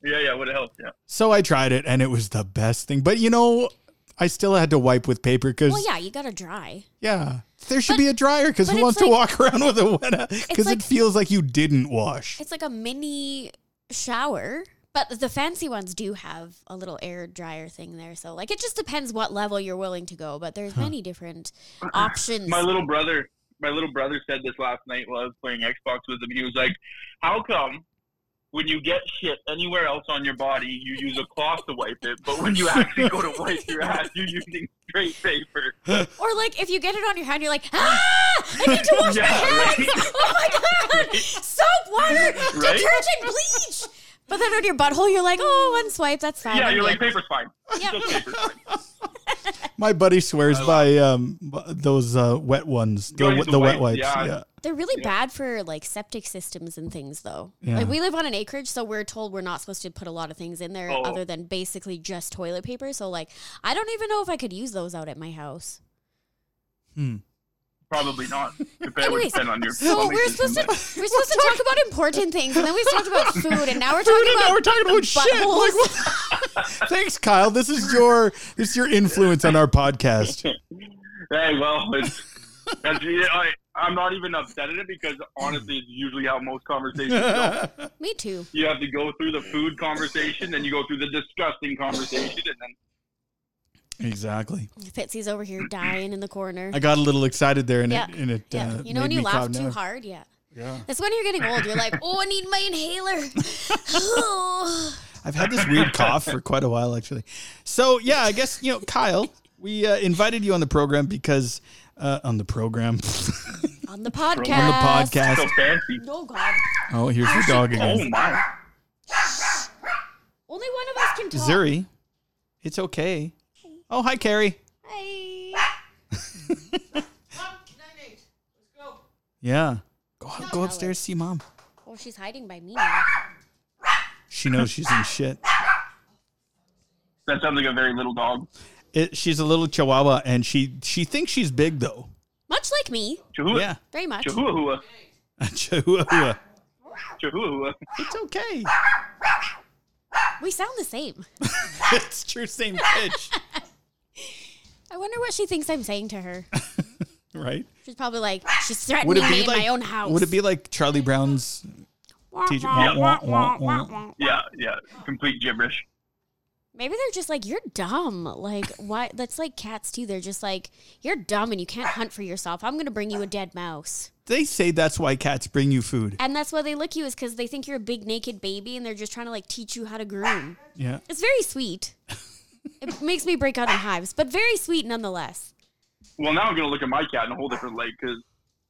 Speaker 7: Yeah, yeah, would have helped. Yeah.
Speaker 4: So I tried it, and it was the best thing. But you know, I still had to wipe with paper because.
Speaker 5: well, yeah, you gotta dry.
Speaker 4: Yeah. There should be a dryer because
Speaker 5: but
Speaker 4: who
Speaker 5: it's
Speaker 4: wants to
Speaker 5: like-
Speaker 4: walk [laughs] around with a wet Because
Speaker 5: like-
Speaker 4: it feels like you didn't wash.
Speaker 5: It's like a mini shower, but the fancy ones do have a little air dryer thing there. So, like, it just depends what level you're willing to go, but there's many different options.
Speaker 7: Uh-uh. My little brother, my little brother said this last night while I was playing Xbox with him. He was like, "How come when you get shit anywhere else on your body, you use a cloth to wipe it, but when you actually go to wipe your ass, you're using straight paper?"
Speaker 5: or, like, if you get it on your hand, you're like, ah, I need to
Speaker 7: [laughs]
Speaker 5: wash my
Speaker 7: Yeah, right.
Speaker 5: hands. [laughs] Oh my
Speaker 7: [laughs]
Speaker 5: God. Soap, water, detergent, bleach. But then on your butthole, you're like, oh, one swipe, that's fine.
Speaker 7: Yeah,
Speaker 5: I'm
Speaker 7: you're like,
Speaker 5: good."
Speaker 7: "Paper's fine." Still paper's fine.
Speaker 4: My buddy swears by um b- those uh, wet ones, the,
Speaker 7: Going
Speaker 4: the,
Speaker 7: to
Speaker 4: wet wipes.
Speaker 7: wipes,
Speaker 4: Yeah.
Speaker 7: yeah.
Speaker 5: They're really bad for like septic systems and things, though.
Speaker 4: Yeah.
Speaker 5: Like we live on an acreage, so we're told we're not supposed to put a lot of things in there
Speaker 7: Oh.
Speaker 5: other than basically just toilet paper. So like, I don't even know if I could use those out at my house.
Speaker 7: probably not. If that would
Speaker 5: Anyways,
Speaker 7: depend on your.
Speaker 5: so
Speaker 7: family
Speaker 5: we're supposed to
Speaker 7: system,
Speaker 5: we're supposed to
Speaker 4: [laughs]
Speaker 5: talk about important things, and then we talked about food, and now we're talking
Speaker 4: and
Speaker 5: about
Speaker 4: now we're talking about shit. Like,
Speaker 5: buttholes.
Speaker 4: Thanks, Kyle. This is your this is your influence on our
Speaker 5: [laughs]
Speaker 4: podcast.
Speaker 7: but- Hey, well, it's, that's, yeah, I, I'm not even upset at it because honestly, it's usually how most
Speaker 5: [laughs]
Speaker 7: conversations go.
Speaker 5: Me too.
Speaker 7: you have to go through the food conversation, then you go through the disgusting conversation, and then
Speaker 4: Exactly.
Speaker 5: Fitzy's over here dying in the corner.
Speaker 4: I got a little excited there, and it, and it
Speaker 5: yeah.
Speaker 4: uh,
Speaker 5: you know when
Speaker 4: made
Speaker 5: you
Speaker 4: me
Speaker 5: laugh
Speaker 4: calm
Speaker 5: too
Speaker 4: down.
Speaker 5: hard, yeah. Yeah. That's when you're getting old. You're like, oh, I need my
Speaker 4: [laughs]
Speaker 5: [laughs] inhaler.
Speaker 4: I've had this weird cough for quite a while, actually. So yeah, I guess you know, Kyle, we uh, invited you on the program because uh, on the program [laughs]
Speaker 5: on the podcast.
Speaker 4: on the podcast.
Speaker 7: so [laughs] fancy.
Speaker 5: [laughs] No God.
Speaker 4: Oh, here's your dog
Speaker 7: Oh
Speaker 4: again,
Speaker 7: my!
Speaker 5: Only one of us can talk.
Speaker 4: Zuri. It's okay. Oh, hi, Carrie.
Speaker 5: Hey.
Speaker 4: Yeah. Go, go upstairs, see mom.
Speaker 5: Oh, she's hiding by me now.
Speaker 4: She knows she's [laughs] in shit.
Speaker 7: That sounds like a very little dog.
Speaker 4: It, she's a little chihuahua, and she she thinks she's big though.
Speaker 5: Much like me,
Speaker 7: Chihuahua.
Speaker 4: Yeah, [laughs]
Speaker 5: very much.
Speaker 7: Chihuahua.
Speaker 4: chihuahua.
Speaker 7: Chihuahua.
Speaker 4: It's [laughs] okay.
Speaker 5: We sound the same.
Speaker 4: It's true, same pitch,
Speaker 5: I wonder what she thinks I'm saying to her.
Speaker 4: right?
Speaker 5: She's probably like, she's threatening me in my own house.
Speaker 4: Would it be like Charlie Brown's teacher? Wah, wah, wah, wah.
Speaker 7: Yeah, yeah. Complete gibberish.
Speaker 5: Maybe they're just like, you're dumb. Like, why? That's like cats too. They're just like, you're dumb and you can't hunt for yourself. I'm going to bring you a dead mouse.
Speaker 4: They say that's why cats bring you food.
Speaker 5: And that's why they lick you, is because they think you're a big naked baby and they're just trying to like teach you how to groom.
Speaker 4: Yeah.
Speaker 5: It's very sweet. It makes me break out in hives, but very sweet nonetheless.
Speaker 7: Well, now I'm gonna look at my cat in a whole different light because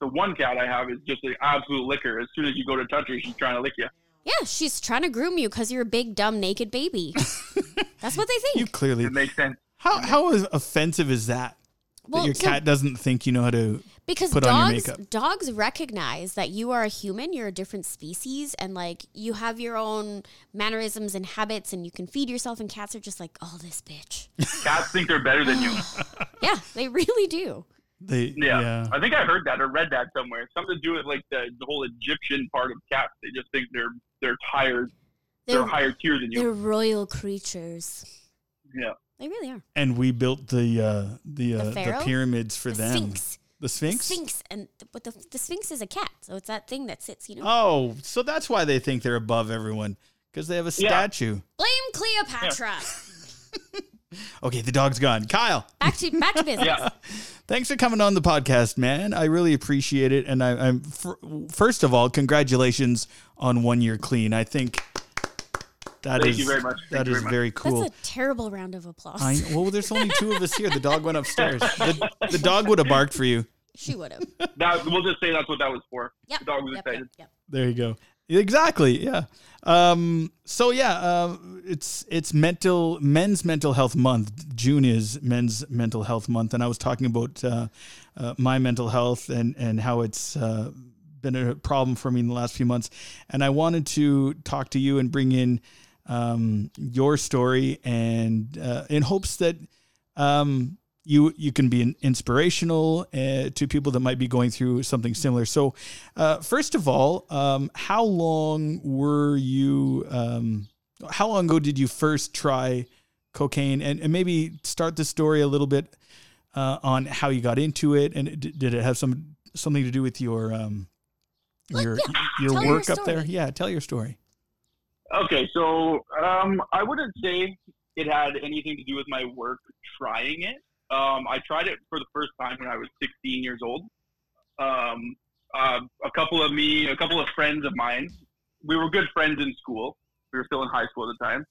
Speaker 7: the one cat I have is just an absolute licker. As soon as you go to touch her, she's trying to lick you.
Speaker 5: Yeah, she's trying to groom you because you're a big, dumb,
Speaker 4: [laughs]
Speaker 5: naked baby. that's what they
Speaker 4: You
Speaker 5: think.
Speaker 4: clearly.
Speaker 7: It makes sense.
Speaker 4: How how is- offensive is that?
Speaker 5: Well,
Speaker 4: that your
Speaker 5: so-
Speaker 4: cat doesn't think you know how to.
Speaker 5: because
Speaker 4: put on your
Speaker 5: dogs
Speaker 4: makeup.
Speaker 5: dogs recognize that you are a human you're a different species and like you have your own mannerisms and habits and you can feed yourself and cats are just like oh this
Speaker 4: [laughs]
Speaker 5: bitch
Speaker 7: Cats think they're
Speaker 4: [gasps]
Speaker 7: better than you.
Speaker 5: yeah they really do
Speaker 4: They
Speaker 7: Yeah.
Speaker 4: yeah.
Speaker 7: I think I heard that or read that somewhere. Something to do with like the, the whole Egyptian part of cats. They just think they're they're higher they're,
Speaker 5: they're,
Speaker 7: higher tier than
Speaker 5: they're
Speaker 7: you.
Speaker 5: royal creatures
Speaker 7: Yeah.
Speaker 5: they really are
Speaker 4: And we built the uh, the uh, the,
Speaker 5: pharaoh?
Speaker 4: pyramids for
Speaker 5: The
Speaker 4: them.
Speaker 5: Sphinx.
Speaker 4: The Sphinx.
Speaker 5: sphinx and th- but the, the sphinx is a cat so it's that thing that sits you know
Speaker 4: Oh, so that's why they think they're above everyone because they have a
Speaker 7: Yeah.
Speaker 4: statue.
Speaker 5: blame cleopatra
Speaker 4: Okay, the dog's gone. Kyle,
Speaker 5: back to
Speaker 4: [laughs]
Speaker 5: back to business [laughs]
Speaker 7: Yeah.
Speaker 4: thanks for coming on the podcast, man. I really appreciate it, and I, I'm fir- first of all, congratulations on one year clean. I think that is
Speaker 7: Thank you very much. Thank
Speaker 4: that
Speaker 7: you
Speaker 4: is
Speaker 7: very much.
Speaker 4: very cool.
Speaker 5: that's a terrible round of applause
Speaker 4: I well, there's only two of us here. The dog went upstairs. The, the dog would have barked for you.
Speaker 5: [laughs] she would
Speaker 4: [laughs]
Speaker 5: have
Speaker 7: That we'll just say that's what that was for.
Speaker 5: yep.
Speaker 7: The dog was
Speaker 5: yep,
Speaker 7: excited.
Speaker 5: yep, yep.
Speaker 4: There you go. Exactly. Yeah. Um, so yeah, uh, it's it's mental men's mental health month. June is men's mental health month, and I was talking about uh, uh, my mental health and and how it's uh, been a problem for me in the last few months, and I wanted to talk to you and bring in um, your story and uh, in hopes that um, you you can be an inspirational uh, to people that might be going through something similar. So, uh, first of all, um, how long were you? Um, how long ago did you first try cocaine? And, and maybe start the story a little bit uh, on how you got into it, and d- did it have some something to do with your um, your your
Speaker 5: Tell your
Speaker 4: work up there?
Speaker 5: story.
Speaker 4: Yeah, tell your story.
Speaker 7: Okay, so um, I wouldn't say it had anything to do with my work trying it. Um, I tried it for the first time when I was 16 years old. Um, uh, a couple of me, a couple of friends of mine, we were good friends in school. We were still in high school at the time.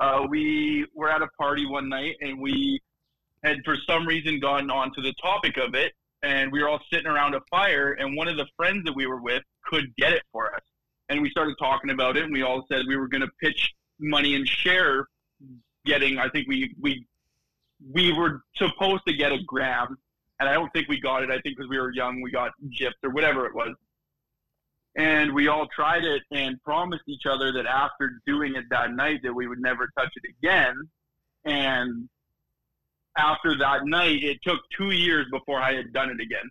Speaker 7: Uh, we were at a party one night and we had for some reason gotten onto the topic of it. And we were all sitting around a fire, and one of the friends that we were with could get it for us and we started talking about it and we all said we were going to pitch money and share getting i think we we we were supposed to get a gram and i don't think we got it i think because we were young we got gypped or whatever it was and we all tried it and promised each other that after doing it that night that we would never touch it again and after that night it took two years before i had done it again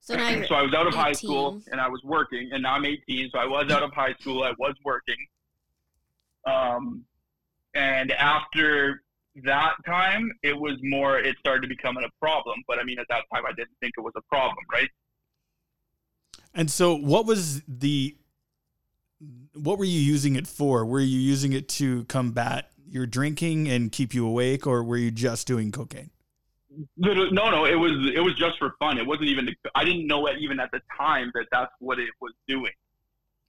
Speaker 5: So
Speaker 7: [clears throat]
Speaker 5: now you're
Speaker 7: [laughs] so I was out of high
Speaker 5: 18.
Speaker 7: school and I was working, and now I'm 18, so I was out of high school. I was working. Um, and after that time, it was more. It started becoming a problem. But I mean, at that time, I didn't think it was a problem, right?
Speaker 4: And so, what was the what were you using it for? Were you using it to combat your drinking and keep you awake, or were you just doing cocaine?
Speaker 7: Little- No, no, it was it was just for fun. It wasn't even. I didn't know it even at the time that that's what it was doing.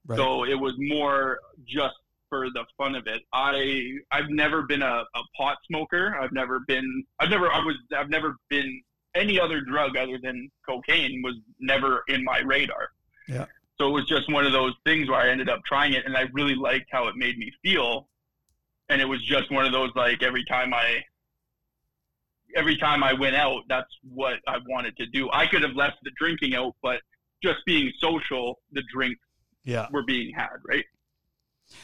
Speaker 4: Right.
Speaker 7: So it was more just for the fun of it. I I've never been a, a pot smoker. I've never been I've never I was I've never been any other drug other than cocaine was never in my radar.
Speaker 4: Yeah.
Speaker 7: So it was just one of those things where I ended up trying it and I really liked how it made me feel. And it was just one of those like every time I every time I went out, that's what I wanted to do. I could have left the drinking out, but just being social, the drink
Speaker 4: yeah.
Speaker 7: were being had, right?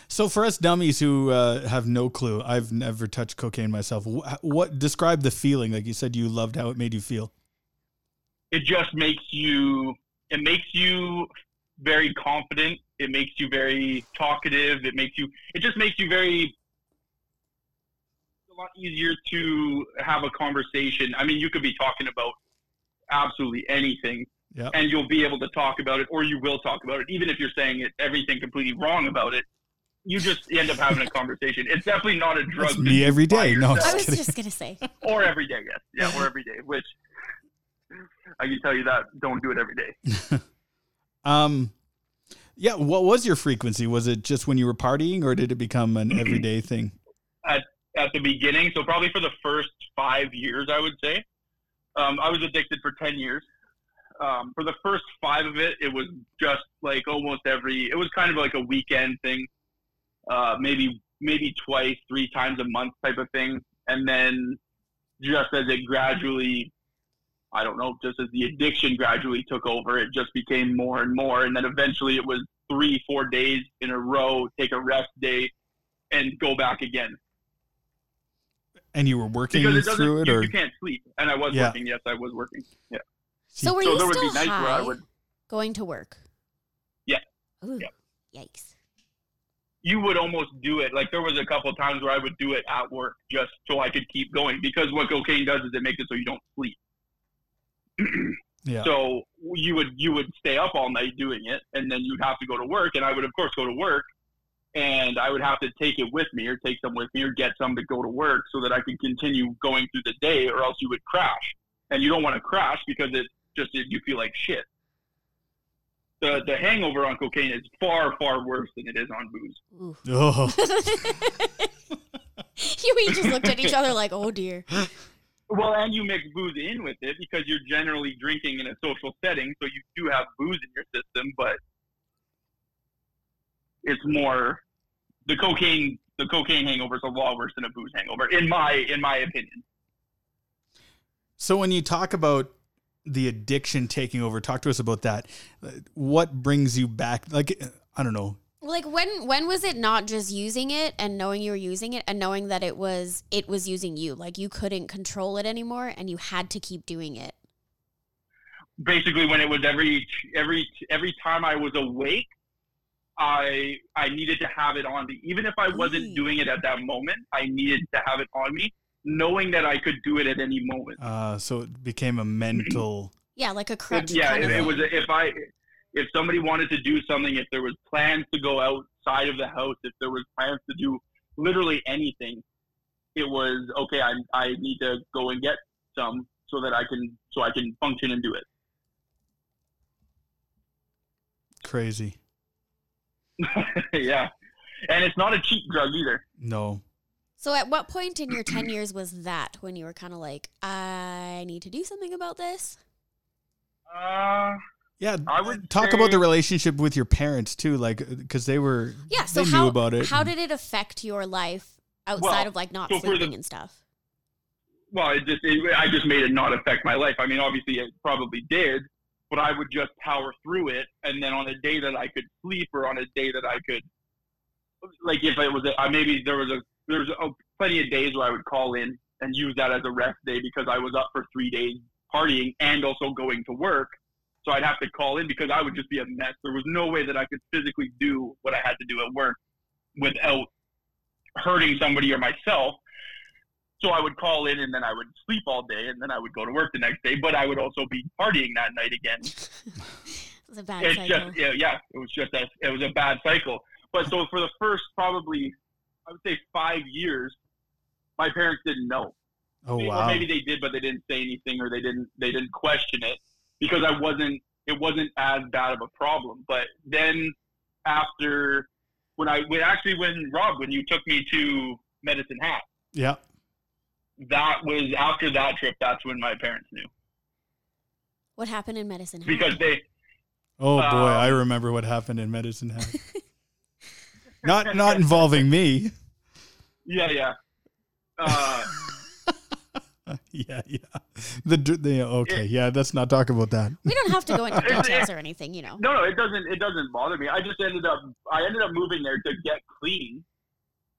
Speaker 4: So, for us dummies who uh, have no clue, I've never touched cocaine myself. Wh- what describe the feeling? Like you said, you loved how it made you feel.
Speaker 7: it just makes you it makes you very confident it makes you very talkative it makes you it just makes you very a lot easier to have a conversation i mean you could be talking about absolutely anything
Speaker 4: Yeah.
Speaker 7: and you'll be able to talk about it or you will talk about it even if you're saying it, everything completely wrong about it you just end up having a
Speaker 4: [laughs]
Speaker 7: conversation it's definitely not a drug
Speaker 4: That's me every day. No, I'm
Speaker 5: I
Speaker 4: just
Speaker 5: was
Speaker 4: kidding.
Speaker 5: just
Speaker 4: [laughs]
Speaker 5: gonna say.
Speaker 7: or every day, yes. Yeah, or every day, which I can tell you that don't do it every day.
Speaker 4: Um, yeah. What was your frequency? Was it just when you were partying, or did it become an everyday thing?
Speaker 7: At the beginning, so probably for the first five years, I would say, um, I was addicted for 10 years. Um, for the first five of it, it was just like almost every, it was kind of like a weekend thing, uh, maybe, maybe twice, three times a month type of thing. And then just as it gradually I don't know, just as the addiction gradually took over, it just became more and more. And then eventually it was three, four days in a row, take a rest day, and go back again.
Speaker 4: And you were working
Speaker 7: Because it doesn't,
Speaker 4: through it,
Speaker 7: you,
Speaker 4: or
Speaker 7: you can't sleep. And I was
Speaker 4: Yeah.
Speaker 7: working. Yes, I was working. Yeah.
Speaker 5: So were
Speaker 7: so
Speaker 5: you
Speaker 7: there would
Speaker 5: still
Speaker 7: be nights where I
Speaker 5: high
Speaker 7: would-
Speaker 5: going to work?
Speaker 7: Yeah.
Speaker 5: Ooh,
Speaker 7: Yeah.
Speaker 5: Yikes. [laughs]
Speaker 7: You would almost do it. Like there was a couple times where I would do it at work just so I could keep going. Because what cocaine does is it makes it so you don't sleep.
Speaker 4: yeah,
Speaker 7: So you would you would stay up all night doing it, and then you'd have to go to work, and I would of course go to work, and I would have to take it with me, or take some with me, or get some to go to work, so that I could continue going through the day, or else you would crash, and you don't want to crash because it just you feel like shit. The the hangover on cocaine is far far worse than it is on booze.
Speaker 5: Ooh.
Speaker 4: oh,
Speaker 5: You we just looked at each other like, oh dear.
Speaker 7: Well, and you mix booze in with it because you're generally drinking in a social setting, so you do have booze in your system, but it's more the cocaine the cocaine hangover is a lot worse than a booze hangover in my in my opinion.
Speaker 4: So when you talk about the addiction taking over, talk to us about that. Uh, What brings you back? Like I don't know.
Speaker 5: Like when when was it not just using it and knowing you were using it and knowing that it was it was using you? Like you couldn't control it anymore and you had to keep doing it.
Speaker 7: Basically when it was every every every time I was awake, I I needed to have it on me. Even if I
Speaker 5: Ooh.
Speaker 7: wasn't doing it at that moment, I needed to have it on me, knowing that I could do it at any moment.
Speaker 4: Uh, so it became a mental.
Speaker 5: Yeah, like a crutch.
Speaker 7: yeah,
Speaker 5: kind
Speaker 7: it,
Speaker 5: of
Speaker 7: it
Speaker 5: thing.
Speaker 7: was. a- If I, if somebody wanted to do something, if there was plans to go outside of the house, if there was plans to do literally anything, it was okay. I I need to go and get some so that I can so I can function and do it. [laughs]
Speaker 4: Crazy.
Speaker 7: yeah, and it's not a cheap drug either.
Speaker 4: No.
Speaker 5: So at what point in your 10 years was that when you were kind of like, I need to do something about this?
Speaker 7: Uh,
Speaker 4: Yeah,
Speaker 7: I would
Speaker 4: talk about
Speaker 7: say-
Speaker 4: the relationship with your parents too, like because they were
Speaker 5: Yeah, so
Speaker 4: they
Speaker 5: how
Speaker 4: knew about it.
Speaker 5: how did it affect your life outside
Speaker 7: Well,
Speaker 5: of like not
Speaker 7: so for the-
Speaker 5: sleeping and stuff?
Speaker 7: well, it just it, I just made it not affect my life. I mean, obviously it probably did, but I would just power through it, and then on a day that I could sleep or on a day that I could, like if it was a, I maybe there was a there's a, plenty of days where I would call in and use that as a rest day because I was up for three days partying and also going to work, So I'd have to call in because I would just be a mess. There was no way that I could physically do what I had to do at work without hurting somebody or myself. So I would call in and then I would sleep all day and then I would go to work the next day, but I would also be partying that night again.
Speaker 5: It's a bad
Speaker 7: It's
Speaker 5: cycle.
Speaker 7: just yeah, yeah, it was just a, it was a bad cycle. But so for the first probably I would say five years, my parents didn't know.
Speaker 4: Oh
Speaker 7: Or
Speaker 4: wow.
Speaker 7: maybe they did, but they didn't say anything or they didn't they didn't question it because I wasn't it wasn't as bad of a problem. But then after when I when actually when Rob when you took me to Medicine Hat,
Speaker 4: Yeah.
Speaker 7: that was after that trip. That's when my parents knew
Speaker 5: What happened in Medicine Hat?
Speaker 7: because they
Speaker 4: Oh boy,
Speaker 7: Um,
Speaker 4: I remember what happened in Medicine Hat.
Speaker 7: [laughs]
Speaker 4: not not involving me. [laughs]
Speaker 7: yeah yeah. Uh,
Speaker 4: Yeah, yeah. The, dr- the okay, yeah. Let's not talk about that.
Speaker 5: we don't have to
Speaker 7: [laughs]
Speaker 5: go into details or anything, you know.
Speaker 7: No, no, it doesn't. It doesn't bother me. I just ended up. I ended up moving there to get clean,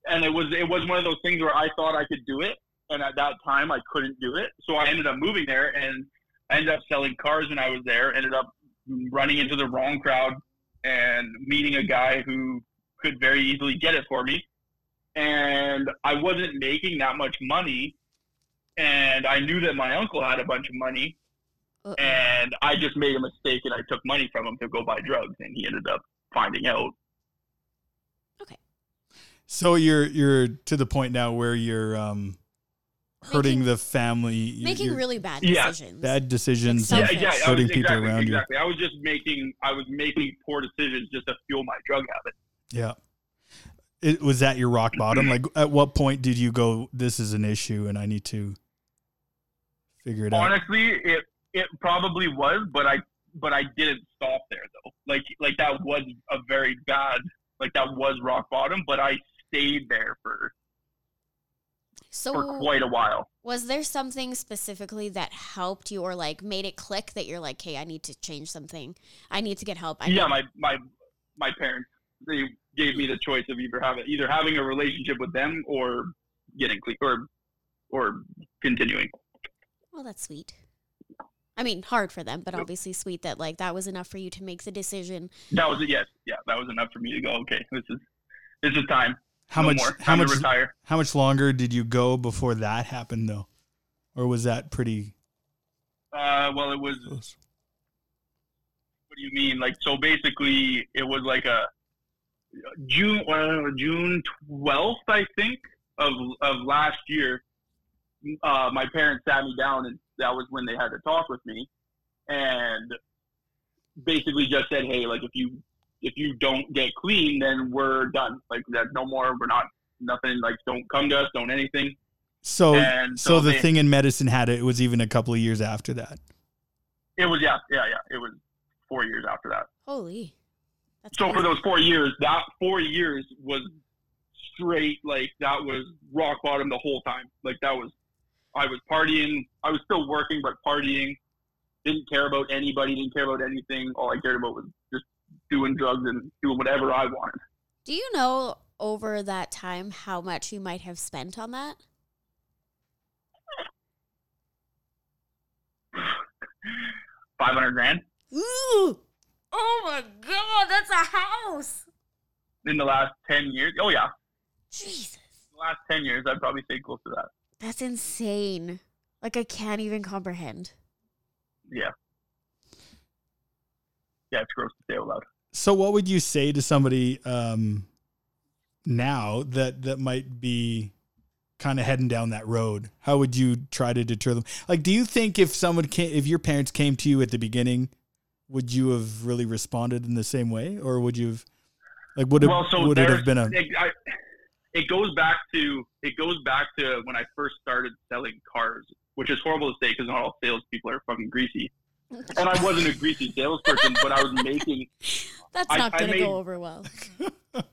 Speaker 7: and it was it was one of those things where I thought I could do it, and at that time I couldn't do it. So I ended up moving there, and I ended up selling cars when I was there. Ended up running into the wrong crowd and meeting a guy who could very easily get it for me, and I wasn't making that much money. And I knew that my uncle had a bunch of money,
Speaker 5: Uh-oh.
Speaker 7: and I just made a mistake and I took money from him to go buy drugs, and he ended up finding out.
Speaker 4: So you're you're to the point now where you're um hurting
Speaker 5: Making-
Speaker 4: the family, you're-
Speaker 5: Making
Speaker 4: you're
Speaker 5: really bad
Speaker 7: Yeah.
Speaker 5: decisions.
Speaker 4: bad decisions.
Speaker 5: Like
Speaker 7: Yeah,
Speaker 5: Selfish.
Speaker 7: yeah, I was-
Speaker 4: Hurting
Speaker 7: exactly,
Speaker 4: people around you.
Speaker 7: exactly. I was just making, I was making poor decisions just to fuel my drug habit.
Speaker 4: Yeah. It, was that your rock bottom? Like, at what point did you go, this is an issue and I need to figure it out?
Speaker 7: Honestly, it it probably was, but I but I didn't stop there though. Like like that was a very bad, like that was rock bottom, but I stayed there for for
Speaker 5: So
Speaker 7: quite a while.
Speaker 5: was there something specifically that helped you or like made it click that you're like, hey, I need to change something. I need to get help. I
Speaker 7: yeah,
Speaker 5: need-
Speaker 7: my my my parents they gave me the choice of either having either having a relationship with them or getting clean or or continuing.
Speaker 5: Well, that's sweet. I mean, hard for them, but obviously sweet that like that was enough for you to make the decision.
Speaker 7: That was it. Yes, yeah, that was enough for me to go. Okay, this is this is time.
Speaker 4: How
Speaker 7: No
Speaker 4: much?
Speaker 7: More.
Speaker 4: How
Speaker 7: Time
Speaker 4: much?
Speaker 7: To retire.
Speaker 4: How much longer did you go before that happened, though? Or was that pretty?
Speaker 7: Uh, well, it was.
Speaker 4: Close.
Speaker 7: What do you mean? Like so? Basically, it was like a June uh, June twelfth, I think, of of last year. Uh, my parents sat me down, and that was when they had to talk with me, and basically just said, "Hey, like if you if you don't get clean, then we're done. Like that, no more. We're not nothing. Like don't come to us. Don't anything."
Speaker 4: So,
Speaker 7: And
Speaker 4: so
Speaker 7: so
Speaker 4: the
Speaker 7: they-
Speaker 4: thing in medicine had it. It was even a couple of years after that.
Speaker 7: It was yeah, yeah, yeah. It was four years after that.
Speaker 5: Holy. That's
Speaker 7: so for
Speaker 5: crazy.
Speaker 7: those four years, that four years was straight like that was rock bottom the whole time. Like that was, I was partying. I was still working, but partying. Didn't care about anybody. Didn't care about anything. All I cared about was just doing drugs and doing whatever I wanted.
Speaker 5: Do you know over that time how much you might have spent on that?
Speaker 7: Five hundred grand
Speaker 5: Ooh. Oh my god, that's a house.
Speaker 7: in the last ten years. Oh yeah,
Speaker 5: Jesus.
Speaker 7: the last ten years, I'd probably say close to that.
Speaker 5: That's insane. Like I can't even comprehend.
Speaker 7: Yeah. Yeah, it's gross to say out loud.
Speaker 4: So, what would you say to somebody um, now that that might be kind of heading down that road? How would you try to deter them? Like, do you think if someone came, if your parents came to you at the beginning, would you have really responded in the same way, or would you have, like, would it
Speaker 7: well, so
Speaker 4: would it
Speaker 7: there's-
Speaker 4: have been a
Speaker 7: It, I, it goes back to it goes back to when I first started selling cars, which is horrible to say because not all salespeople are fucking greasy. And I wasn't a greasy salesperson, but I was making.
Speaker 5: That's
Speaker 7: I-
Speaker 5: not
Speaker 7: I
Speaker 5: going to
Speaker 7: made-
Speaker 5: go over well.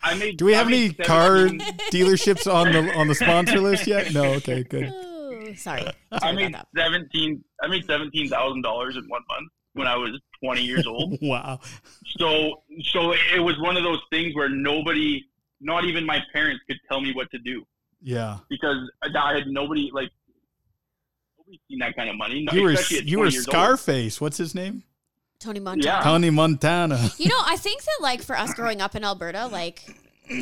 Speaker 7: I made.
Speaker 4: do we
Speaker 7: I
Speaker 4: have any
Speaker 7: made
Speaker 4: car
Speaker 7: 17
Speaker 4: dealerships on the on the sponsor list yet? No, okay,
Speaker 7: [laughs]
Speaker 4: good.
Speaker 5: [laughs] Ooh, sorry.
Speaker 7: I
Speaker 5: Sorry
Speaker 7: made
Speaker 5: about
Speaker 7: seventeen. I made seventeen thousand dollars in one month when I was twenty years
Speaker 4: [laughs]
Speaker 7: old.
Speaker 4: Wow.
Speaker 7: So so it was one of those things where nobody, not even my parents, could tell me what to do.
Speaker 4: Yeah.
Speaker 7: because I had nobody like nobody seen that kind of money.
Speaker 4: You were
Speaker 7: especially at
Speaker 4: you were
Speaker 7: 20 years old.
Speaker 4: Scarface. What's his name?
Speaker 5: Tony Montana.
Speaker 7: Yeah.
Speaker 4: Tony Montana.
Speaker 5: You know, I think that like for us growing up in Alberta, like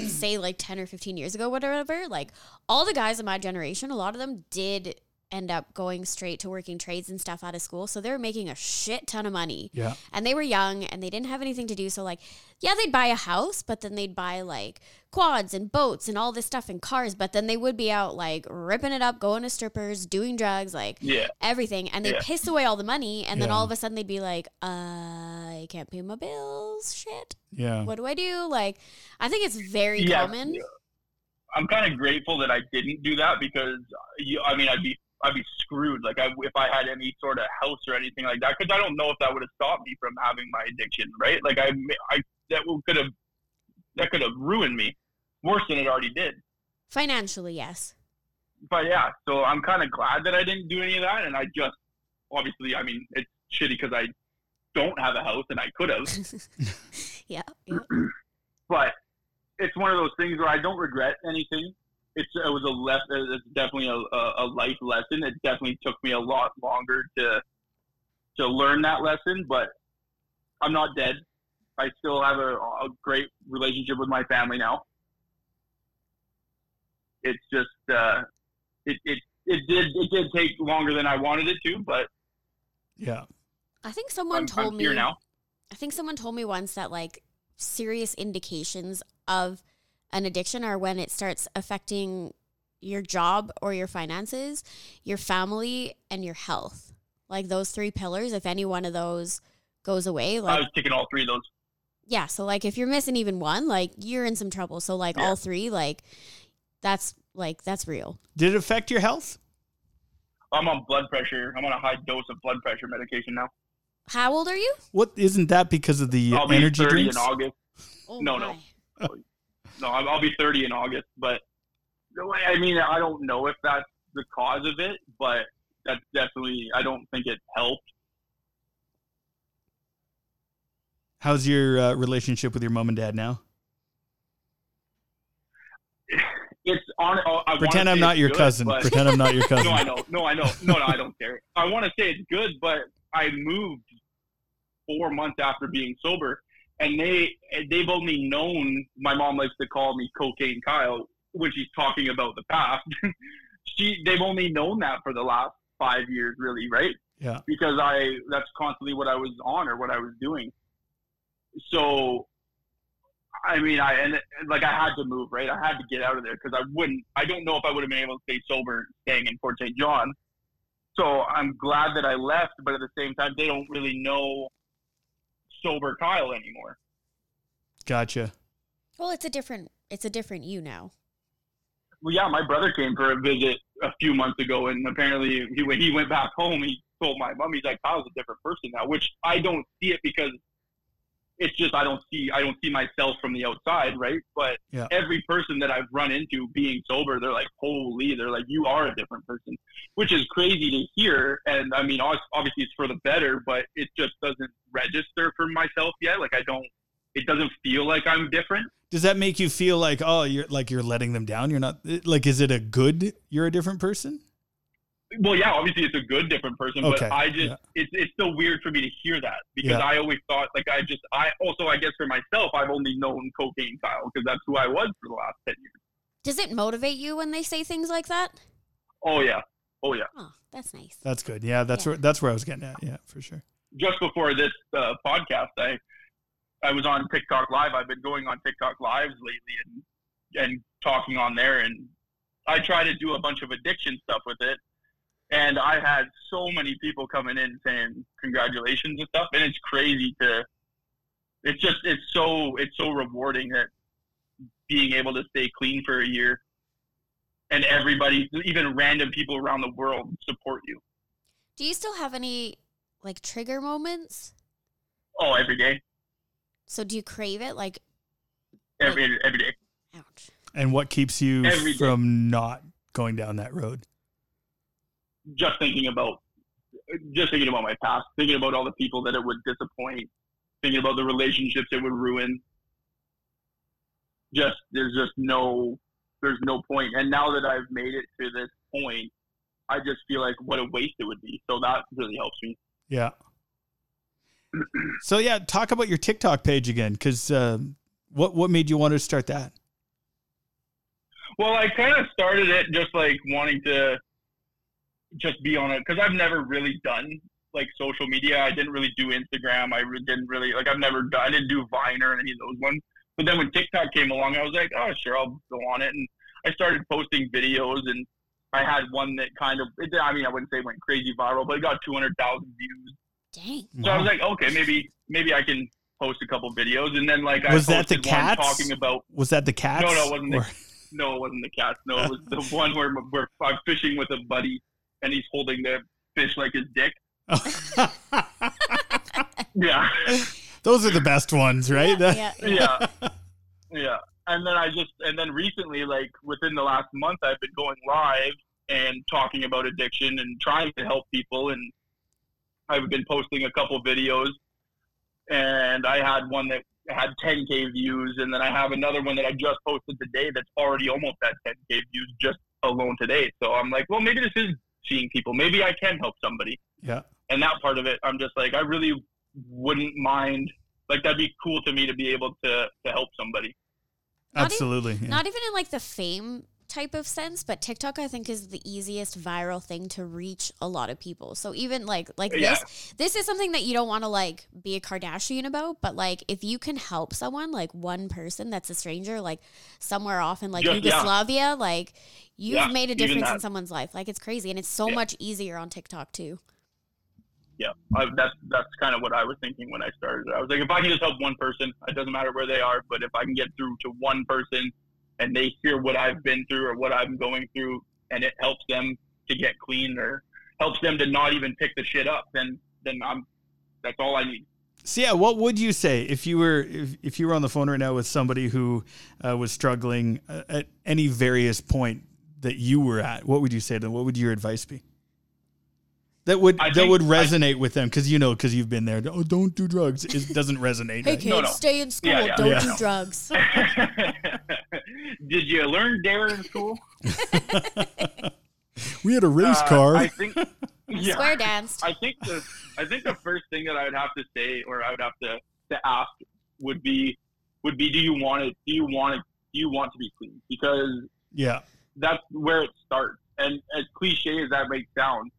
Speaker 5: say like 10 or 15 years ago, whatever, like all the guys in my generation, a lot of them did end up going straight to working trades and stuff out of school. So they were making a shit ton of money.
Speaker 4: Yeah.
Speaker 5: And they were young and they didn't have anything to do. So like, yeah, they'd buy a house, but then they'd buy like quads and boats and all this stuff and cars. But then they would be out like ripping it up, going to strippers, doing drugs, like
Speaker 7: Yeah.
Speaker 5: everything and they
Speaker 7: Yeah.
Speaker 5: piss away all the money and then
Speaker 4: Yeah.
Speaker 5: all of a sudden they'd be like uh, i can't pay my bills shit
Speaker 4: Yeah.
Speaker 5: what do i do like i think it's very
Speaker 7: Yeah.
Speaker 5: common
Speaker 7: I'm kind of grateful that I didn't do that because uh, you, I mean I'd be I'd be screwed like I, if I had any sort of house or anything like that because I don't know if that would have stopped me from having my addiction right like I I that could have that could have ruined me worse than it already did
Speaker 5: financially yes
Speaker 7: but yeah so I'm kind of glad that I didn't do any of that and I just obviously I mean it's shitty because I don't have a house and I could have
Speaker 5: yeah, yeah.
Speaker 7: but it's one of those things where I don't regret anything. It's it was a less it's definitely a, a, a life lesson. It definitely took me a lot longer to to learn that lesson, but I'm not dead. I still have a, a great relationship with my family now. It's just uh, it, it it did it did take longer than I wanted it to, but
Speaker 4: Yeah.
Speaker 5: i think someone
Speaker 7: I'm,
Speaker 5: told
Speaker 7: I'm
Speaker 5: me
Speaker 7: here now.
Speaker 5: i think someone told me once that like serious indications of an addiction are when it starts affecting your job or your finances your family and your health like those three pillars if any one of those goes away like
Speaker 7: I was taking all three of those.
Speaker 5: yeah so like if you're missing even one like you're in some trouble so like all three like that's like that's real
Speaker 4: Did it affect your health?
Speaker 7: I'm on blood pressure. I'm on a high dose of blood pressure medication now.
Speaker 5: how old are you
Speaker 4: What isn't that because of the
Speaker 7: I'll be
Speaker 4: energy
Speaker 7: 30
Speaker 4: drinks?
Speaker 7: Oh, in August.
Speaker 5: oh
Speaker 7: No, no. No, I'll, I'll be 30 in August, but no, I I mean, I don't know if that's the cause of it, but that's definitely, I don't think it helped.
Speaker 4: How's your uh, relationship with your mom and dad now?
Speaker 7: It's on. uh, I wanna
Speaker 4: Pretend
Speaker 7: say
Speaker 4: I'm not
Speaker 7: it's
Speaker 4: your
Speaker 7: good,
Speaker 4: cousin.
Speaker 7: but-
Speaker 4: Pretend I'm not your cousin.
Speaker 7: [laughs] no, I know. No, I know. No, no, I don't care. I want to say it's good, but I moved four months after being sober, and they they've only known. My mom likes to call me Cocaine Kyle when she's talking about the past. [laughs] she they've only known that for the last five years, really, right?
Speaker 4: Yeah.
Speaker 7: Because I that's constantly what I was on or what I was doing. So I mean, I and like I had to move, right? I had to get out of there because I wouldn't. I don't know if I would have been able to stay sober staying in Fort St. John. So I'm glad that I left, but at the same time, they don't really know sober Kyle anymore.
Speaker 4: Gotcha.
Speaker 5: well it's a different it's a different you now
Speaker 7: Well, yeah, my brother came for a visit a few months ago, and apparently he when he went back home, he told my mom he's like Kyle's a different person now, which I don't see it because it's just I don't see I don't see myself from the outside, right? But
Speaker 4: Yeah.
Speaker 7: every person that I've run into being sober, they're like, holy, they're like, you are a different person, which is crazy to hear. And I mean, obvi- obviously it's for the better, but it just doesn't register for myself yet. Like I don't, it doesn't feel like I'm different.
Speaker 4: Does that make you feel like oh you're like you're letting them down? You're not like is it a good you're a different person?
Speaker 7: Well, yeah, obviously it's a good different person,
Speaker 4: Okay,
Speaker 7: but I just
Speaker 4: yeah.
Speaker 7: it's it's still weird for me to hear that because
Speaker 4: Yeah.
Speaker 7: I always thought like I just I also I guess for myself I've only known cocaine Kyle because that's who I was for the last ten years.
Speaker 5: does it motivate you when they say things like that
Speaker 7: Oh yeah, oh yeah.
Speaker 5: oh that's nice
Speaker 4: That's good. Yeah, that's
Speaker 5: Yeah.
Speaker 4: where that's where I was getting at. Yeah, for sure.
Speaker 7: Just before this uh, podcast, I I was on TikTok Live. I've been going on TikTok Lives lately and and talking on there, and I try to do a bunch of addiction stuff with it. And I had so many people coming in saying congratulations and stuff, and it's crazy to. It's just it's so it's so rewarding that being able to stay clean for a year, and everybody, even random people around the world, support you.
Speaker 5: do you still have any like trigger moments
Speaker 7: Oh, every day,
Speaker 5: so do you crave it like
Speaker 7: every every day.
Speaker 5: ouch
Speaker 4: And what keeps you
Speaker 7: Every day.
Speaker 4: from not going down that road?
Speaker 7: just thinking about just thinking about my past, thinking about all the people that it would disappoint, thinking about the relationships it would ruin. Just there's just no there's no point. And now that I've made it to this point, [clears throat] I just feel like what a waste it would be. So that really helps me.
Speaker 4: Yeah. So yeah, talk about your TikTok page again, because um, what what made you want to start that?
Speaker 7: Well, I kind of started it just like wanting to just be on it because I've never really done like social media. I didn't really do Instagram. I re- didn't really like. I've never done. I didn't do Vine or any of those ones. But then when TikTok came along, I was like, oh sure, I'll go on it. And I started posting videos, and I had one that kind of. It, I mean, I wouldn't say it went crazy viral, but it got two hundred thousand views.
Speaker 5: Dang.
Speaker 7: So I was like, okay, maybe maybe I can post a couple videos. And then like I
Speaker 4: Was that the
Speaker 7: posted one
Speaker 4: cats?
Speaker 7: talking about
Speaker 4: Was that the cats?
Speaker 7: no, it wasn't the-
Speaker 4: Or-
Speaker 7: no, it wasn't the cats. No, it was the one where where I'm fishing with a buddy, and he's holding the fish like his dick. Yeah,
Speaker 4: [laughs] Those are the best ones, right? That-
Speaker 5: Yeah.
Speaker 7: yeah, yeah. And then I just and then recently, like within the last month, I've been going live and talking about addiction and trying to help people. And I've been posting a couple videos, and I had one that had 10k views, and then I have another one that I just posted today that's already almost at 10k views just alone today. So I'm like, well, maybe this is seeing people. Maybe I can help
Speaker 4: [laughs]
Speaker 7: somebody
Speaker 5: e-
Speaker 4: yeah.
Speaker 7: and that part of it, I'm just like, I really wouldn't mind. Like that'd be cool to me to be able to to help somebody.
Speaker 5: Not even-
Speaker 4: Absolutely. yeah.
Speaker 5: Not even in like the fame type of sense, but TikTok I think is the easiest viral thing to reach a lot of people. So even like like
Speaker 7: Yeah.
Speaker 5: this this is something that you don't want to like be a Kardashian about, but like if you can help someone, like one person that's a stranger, like somewhere off in like
Speaker 7: Just- yeah.
Speaker 5: Yugoslavia, like you've
Speaker 7: Yeah,
Speaker 5: made a
Speaker 7: even
Speaker 5: difference in
Speaker 7: that.
Speaker 5: someone's life. Like it's crazy and it's so
Speaker 7: Yeah.
Speaker 5: much easier on TikTok too.
Speaker 7: Yeah, I, that's that's kind of what I was thinking when I started. I was like, if I can just help one person, it doesn't matter where they are, but if I can get through to one person, and they hear what I've been through or what I'm going through, and it helps them to get clean or helps them to not even pick the shit up, then then I'm that's all I need. [laughs]
Speaker 4: So yeah, what would you say if you were if, if you were on the phone right now with somebody who uh, was struggling uh, at any various point that you were at? What would you say to them? What would your advice be? That would
Speaker 7: I
Speaker 4: that
Speaker 7: think-
Speaker 4: would
Speaker 7: I-
Speaker 4: resonate with them because you know because you've been there. Oh, don't do drugs. It doesn't resonate. right?
Speaker 7: No, no.
Speaker 5: stay in school,
Speaker 7: Yeah, yeah,
Speaker 5: don't
Speaker 4: yeah.
Speaker 5: do drugs.
Speaker 7: Did you learn dare in school?
Speaker 4: We had a race
Speaker 7: Uh,
Speaker 4: car.
Speaker 7: I think. [laughs] [laughs] Yeah.
Speaker 5: Square danced.
Speaker 7: I think the I think the first thing that I would have to say or I would have to, to ask would be would be do you want it do you want it do you want to be clean? Because
Speaker 4: yeah,
Speaker 7: that's where it starts. And as cliche as that might sound,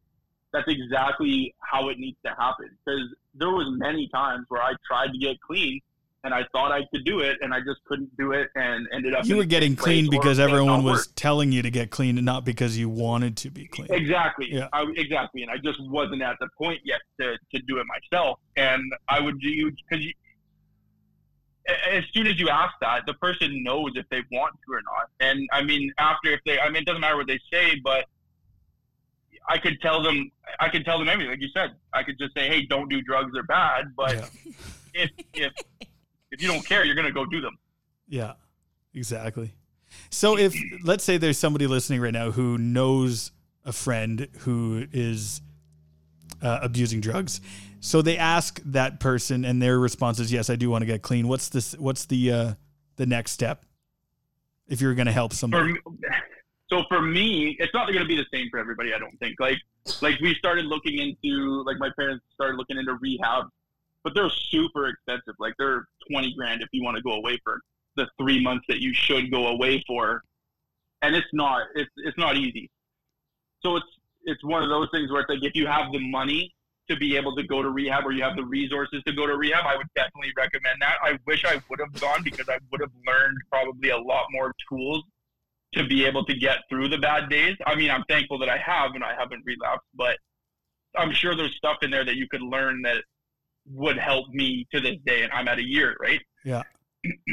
Speaker 7: that's exactly how it needs to happen. Because there was many times where I tried to get clean and I thought I could do it and I just couldn't do it and ended up
Speaker 4: you
Speaker 7: in
Speaker 4: were
Speaker 7: the
Speaker 4: getting
Speaker 7: same place
Speaker 4: clean
Speaker 7: or
Speaker 4: because
Speaker 7: it did
Speaker 4: everyone
Speaker 7: not
Speaker 4: was
Speaker 7: work.
Speaker 4: telling you to get clean and not because you wanted to be clean.
Speaker 7: Exactly.
Speaker 4: Yeah.
Speaker 7: I, exactly. And I just wasn't at the point yet to, to do it myself. And I would do because you, a- as soon as you ask that, the person knows if they want to or not. And I mean, after if they, I mean, it doesn't matter what they say, but I could tell them, I could tell them everything. Like you said, I could just say, Hey, don't do drugs. They're bad. But
Speaker 4: Yeah.
Speaker 7: if, if, if you don't care, you're going to go do them.
Speaker 4: Yeah, exactly. So if let's say there's somebody listening right now who knows a friend who is uh, abusing drugs, so they ask that person, and their response is, "Yes, I do want to get clean." What's this? What's the uh, the next step if you're going to help
Speaker 7: for
Speaker 4: somebody?
Speaker 7: me- so for me, it's not going to be the same for everybody. I don't think. Like like we started looking into like my parents started looking into rehab, but they're super expensive. Like they're twenty grand if you want to go away for the three months that you should go away for, and it's not it's it's not easy. So it's it's one of those things where it's like if you have the money to be able to go to rehab or you have the resources to go to rehab, I would definitely recommend that. I wish I would have gone because I would have learned probably a lot more tools to be able to get through the bad days. I mean, I'm thankful that I have and I haven't relapsed, but I'm sure there's stuff in there that you could learn that would help me to this day. And I'm at a year, right?
Speaker 4: Yeah.
Speaker 7: [clears throat]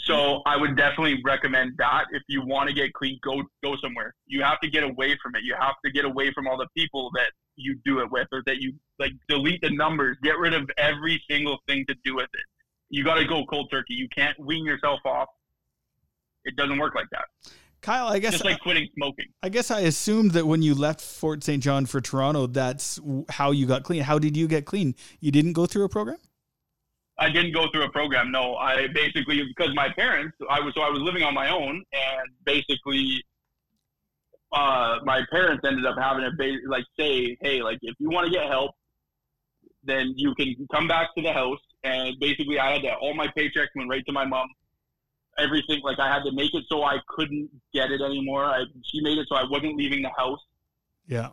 Speaker 7: so I would definitely recommend that. If you want to get clean, go go somewhere. You have to get away from it. You have to get away from all the people that you do it with, or that you like. Delete the numbers. Get rid of every single thing to do with it. You got to go cold turkey. You can't wean yourself off. It doesn't work like that
Speaker 4: Kyle, I guess
Speaker 7: just like quitting smoking.
Speaker 4: I guess I assumed that when you left Fort St. John for Toronto, that's w- how you got clean. How did you get clean? You didn't go through a program?
Speaker 7: I didn't go through a program. No, I basically because my parents, I was so I was living on my own, and basically, uh, my parents ended up having to ba- like say, hey, like if you want to get help, then you can come back to the house. And basically, I had to, all my paychecks went right to my mom. Everything, like, I had to make it so I couldn't get it anymore. I, she made it so I wasn't leaving the house.
Speaker 4: Yeah.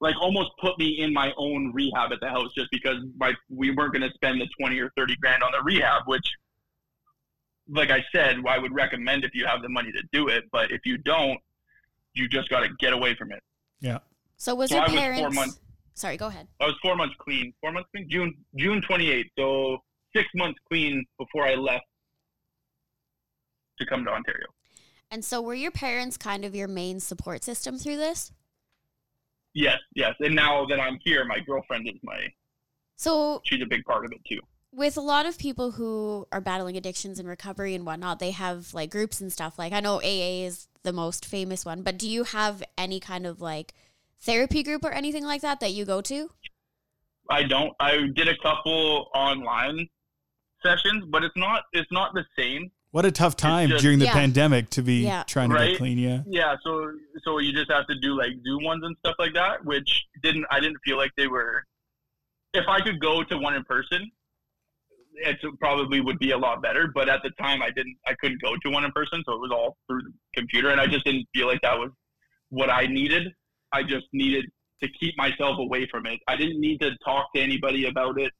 Speaker 7: Like, almost put me in my own rehab at the house just because my, we weren't going to spend the 20 or 30 grand on the rehab, which, like I said, I would recommend if you have the money to do it. But if you don't, you just got to get away from it.
Speaker 4: Yeah.
Speaker 5: So was
Speaker 7: So
Speaker 5: your
Speaker 7: I was four
Speaker 5: parents?
Speaker 7: months-
Speaker 5: Sorry, go ahead.
Speaker 7: I was four months clean. Four months clean. June June twenty eighth. So six months clean before I left to come to Ontario.
Speaker 5: And so were your parents kind of your main support system through this?
Speaker 7: Yes, yes. And now that I'm here, my girlfriend is my.
Speaker 5: So
Speaker 7: She's a big part of it too.
Speaker 5: with a lot of people who are battling addictions and recovery and whatnot, they have like groups and stuff. Like I know AA is the most famous one, but do you have any kind of like therapy group or anything like that that you go to?
Speaker 7: I don't. I did a couple online sessions, but it's not. It's not the same.
Speaker 4: What a tough time
Speaker 7: just-
Speaker 4: during the
Speaker 5: Yeah.
Speaker 4: pandemic to be
Speaker 5: Yeah.
Speaker 4: trying to
Speaker 7: Right?
Speaker 4: get clean. Yeah.
Speaker 7: Yeah, so so you just have to do like Zoom ones and stuff like that, which didn't I didn't feel like they were. If I could go to one in person, it probably would be a lot better. But at the time, I didn't, I couldn't go to one in person, so it was all through the computer, and I just didn't feel like that was what I needed. I just needed to keep myself away from it. I didn't need to talk to anybody about it.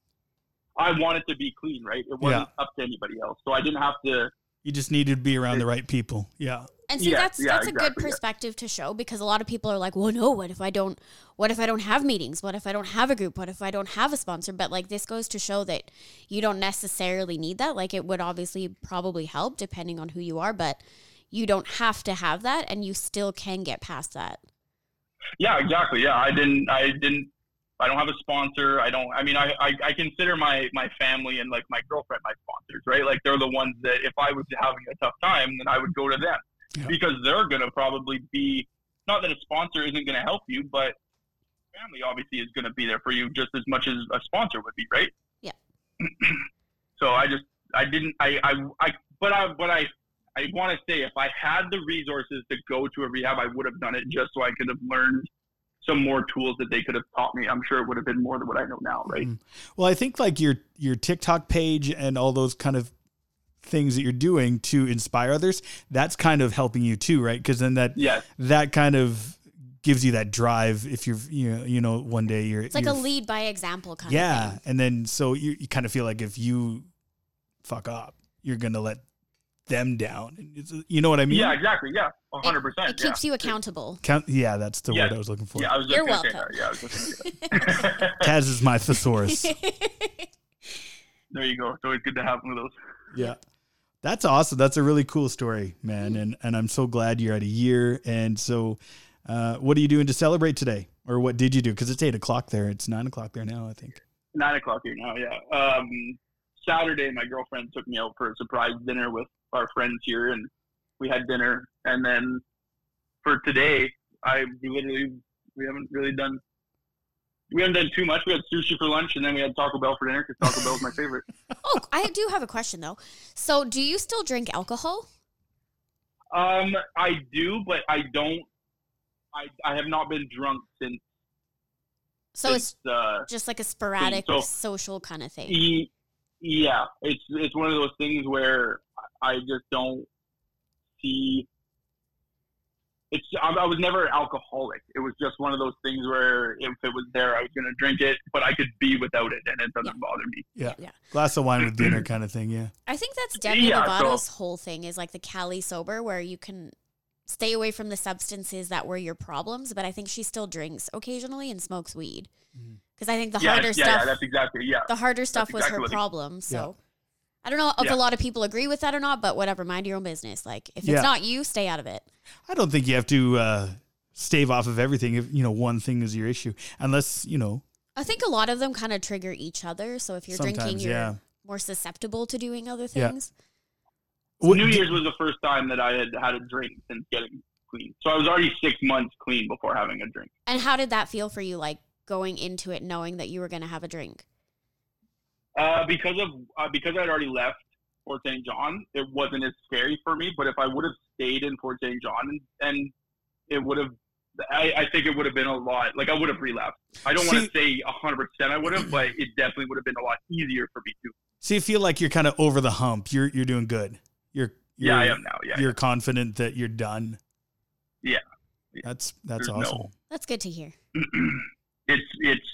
Speaker 7: I wanted to be clean, right? It wasn't up to anybody else, so I didn't have to.
Speaker 4: You just needed to be around the right people. Yeah.
Speaker 5: And see,
Speaker 7: Yeah,
Speaker 5: that's
Speaker 7: yeah,
Speaker 5: that's a good
Speaker 7: exactly, yeah.
Speaker 5: perspective to show because a lot of people are like, "Well, no, what if I don't? What if I don't have meetings? What if I don't have a group? What if I don't have a sponsor?" But like this goes to show that you don't necessarily need that. Like it would obviously probably help depending on who you are, but you don't have to have that, and you still can get past that.
Speaker 7: Yeah, exactly. Yeah, I didn't. I didn't. I don't have a sponsor. I don't. I mean, I, I, I consider my my family and like my girlfriend my sponsors, right? Like they're the ones that if I was having a tough time, then I would go to them
Speaker 4: Yeah.
Speaker 7: because they're gonna probably be. Not that a sponsor isn't gonna help you, but family obviously is gonna be there for you just as much as a sponsor would be, right?
Speaker 5: Yeah.
Speaker 7: [clears throat] so I just I didn't I I, I but I but I I want to say if I had the resources to go to a rehab, I would have done it just so I could have learned some more tools that they could have taught me. I'm sure it would have been more than what I know now, right?
Speaker 4: Well, I think like your your TikTok page and all those kind of things that you're doing to inspire others, that's kind of helping you too, right? Because then that
Speaker 7: Yes.
Speaker 4: that kind of gives you that drive if you're you know, you know one day you're
Speaker 5: It's like a
Speaker 4: you're-
Speaker 5: lead by example kind of
Speaker 4: Yeah,
Speaker 5: thing.
Speaker 4: and then so you you kind of feel like if you fuck up, you're gonna let them down. And it's, you know what I mean?
Speaker 7: Yeah, exactly. Yeah, 100. percent
Speaker 5: It keeps you accountable.
Speaker 4: Count, yeah, that's the
Speaker 7: Yeah.
Speaker 4: word I was looking for.
Speaker 7: Yeah, I was just
Speaker 5: You're
Speaker 7: gonna say
Speaker 5: welcome.
Speaker 7: that. Yeah, I was just gonna say that.
Speaker 4: Taz is my
Speaker 7: [laughs]
Speaker 4: thesaurus.
Speaker 7: there you go. So it's good to have one of those.
Speaker 4: Yeah. That's awesome. That's a really cool story, man. And and I'm so glad you're at a year. And so uh, what are you doing to celebrate today? Or what did you do? Because it's eight o'clock there. It's nine o'clock there now, I think.
Speaker 7: Nine o'clock here now. Yeah. Um, Saturday, my girlfriend took me out for a surprise dinner with our friends here, and we had dinner. And then for today, I we literally we haven't really done we haven't done too much. We had sushi for lunch, and then we had Taco Bell for dinner because Taco Bell is my favorite.
Speaker 5: oh, I do have a question though. So, do you still drink alcohol?
Speaker 7: Um, I do, but I don't. I I have not been drunk since.
Speaker 5: So it's
Speaker 7: since, uh,
Speaker 5: just like a sporadic
Speaker 7: so-
Speaker 5: social kind of thing.
Speaker 7: E- yeah, it's it's one of those things where I just don't see. It's I, I was never alcoholic. It was just one of those things where if it was there, I was gonna drink it, but I could be without it, and it doesn't bother me.
Speaker 4: Yeah.
Speaker 5: Yeah.
Speaker 4: Glass of wine with dinner kind of thing, yeah.
Speaker 5: I think that's Demi
Speaker 7: Yeah,
Speaker 5: Lovato's whole thing is like the Cali sober, where you can stay away from the substances that were your problems. But I think she still drinks occasionally and smokes weed
Speaker 4: Mm-hmm.
Speaker 5: because I think the
Speaker 7: yeah,
Speaker 5: harder
Speaker 7: yeah,
Speaker 5: stuff,
Speaker 7: yeah, that's exactly yeah.
Speaker 5: the harder stuff was
Speaker 7: exactly
Speaker 5: her
Speaker 7: what it-
Speaker 5: problem. So I don't know if a
Speaker 7: Yeah.
Speaker 5: lot of people agree with that or not, but whatever. Mind your own business. Like if
Speaker 4: Yeah.
Speaker 5: it's not you, stay out of it.
Speaker 4: I don't think you have to uh, stave off of everything if you know one thing is your issue. Unless, you know,
Speaker 5: I think a lot of them kind of trigger each other. So if you're drinking,
Speaker 4: Sometimes,
Speaker 5: you're
Speaker 4: yeah.
Speaker 5: more susceptible to doing other
Speaker 4: Yeah.
Speaker 5: things.
Speaker 4: what-
Speaker 7: New Year's was the first time that I had had a drink since getting clean, so I was already six months clean before having a drink.
Speaker 5: And how did that feel for you? Like going into it knowing that you were going to have a drink.
Speaker 7: Uh, because of uh, because I'd already left Fort St. John, it wasn't as scary for me. But if I would have stayed in Fort St. John, and, and it would have, I, I think it would have been a lot. Like I would have relapsed. I don't want
Speaker 4: See-
Speaker 7: to say hundred percent I would have, but it definitely would have been a lot easier for me to.
Speaker 4: So you feel like you're kind of over the hump. You're you're doing good. You're, you're
Speaker 7: Yeah, I am now. Yeah,
Speaker 4: You're confident that you're done.
Speaker 7: Yeah.
Speaker 4: That's that's
Speaker 7: There's no-
Speaker 4: awesome.
Speaker 5: That's good to hear.
Speaker 7: [clears throat] it's it's [laughs]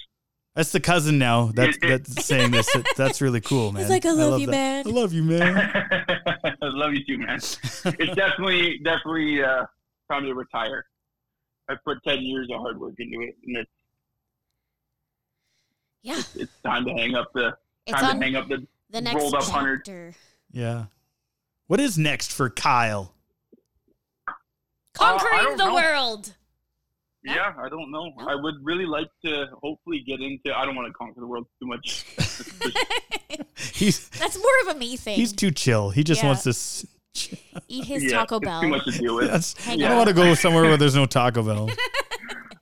Speaker 4: That's the cousin now. That's
Speaker 7: It- it-
Speaker 4: that's saying this. That- That's really cool, man.
Speaker 5: like, I love you,
Speaker 4: that.
Speaker 5: man.
Speaker 4: I love you, man.
Speaker 7: I love you too, man. It's definitely definitely uh, time to retire. I put ten years of hard work into it, and it's
Speaker 5: Yeah,
Speaker 7: it's time to hang up the
Speaker 5: it's
Speaker 7: time to
Speaker 5: on
Speaker 7: hang up the.
Speaker 5: the next
Speaker 7: rolled up hundred.
Speaker 5: chapter.
Speaker 4: yeah. What is next for Kyle?
Speaker 7: Uh, I
Speaker 5: Conquering
Speaker 7: don't
Speaker 5: the
Speaker 7: know.
Speaker 5: world.
Speaker 7: Yeah, I don't know. I would really like to hopefully get into. I don't want to conquer the world
Speaker 4: [laughs]
Speaker 7: too much.
Speaker 4: He's
Speaker 5: That's more of a me thing.
Speaker 4: he's too chill. He just
Speaker 5: Yeah.
Speaker 4: wants to. s-
Speaker 5: Eat his
Speaker 7: Yeah,
Speaker 5: Taco
Speaker 7: it's
Speaker 5: Bell.
Speaker 7: Too much to deal with.
Speaker 4: That's, I
Speaker 5: Hang
Speaker 4: don't
Speaker 5: on.
Speaker 4: want to go somewhere where there's no Taco Bell.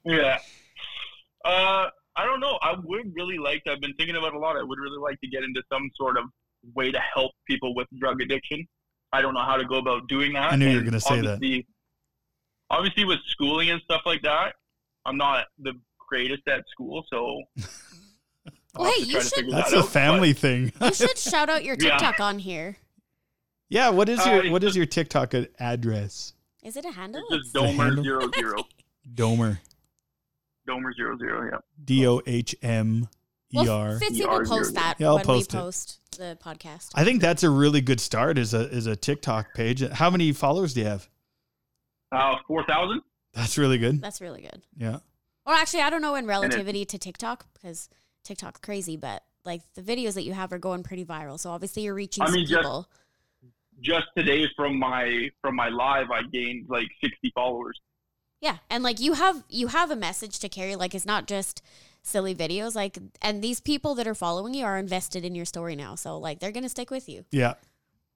Speaker 7: Yeah. Uh, I don't know. I would really like. I've been thinking about it a lot. I would really like to get into some sort of way to help people with drug addiction. I don't know how to go about doing that.
Speaker 4: I knew you were
Speaker 7: And
Speaker 4: gonna say that.
Speaker 7: obviously- Obviously, with schooling and stuff like that, I'm not the greatest at school, so. I'll
Speaker 5: Well,
Speaker 7: have
Speaker 5: hey,
Speaker 7: to
Speaker 5: you
Speaker 7: try to
Speaker 4: [laughs]
Speaker 5: should-
Speaker 7: figure
Speaker 4: That's
Speaker 7: that
Speaker 4: a
Speaker 7: out, but-
Speaker 4: family thing. [laughs]
Speaker 5: You should shout out your
Speaker 7: Yeah.
Speaker 5: TikTok on here.
Speaker 4: yeah. What is
Speaker 7: Uh,
Speaker 4: your
Speaker 7: it's
Speaker 4: what is your TikTok ad- address?
Speaker 5: Is it a handle?
Speaker 7: It's just
Speaker 4: the handle?
Speaker 7: Domer zero zero.
Speaker 4: Domer.
Speaker 7: Domer zero zero. Yeah.
Speaker 4: D O H M E
Speaker 5: well,
Speaker 4: R.
Speaker 5: Fitzy
Speaker 7: ER.
Speaker 5: will post that
Speaker 4: Yeah, I'll
Speaker 5: when
Speaker 4: post it.
Speaker 5: we post the podcast.
Speaker 4: I think that's a really good start. Is a is a TikTok page. How many followers do you have?
Speaker 7: Uh, four thousand.
Speaker 4: That's really good.
Speaker 5: That's really good.
Speaker 4: Yeah.
Speaker 5: Or actually, I don't know in relativity to TikTok because TikTok's crazy, but like the videos that you have are going pretty viral. So obviously you're reaching
Speaker 7: I
Speaker 5: some
Speaker 7: mean, just-
Speaker 5: people.
Speaker 7: Just today from my from my live, I gained like sixty followers.
Speaker 5: Yeah, and like you have you have a message to carry. Like it's not just silly videos. Like and these people that are following you are invested in your story now. So like they're gonna stick with you.
Speaker 4: Yeah.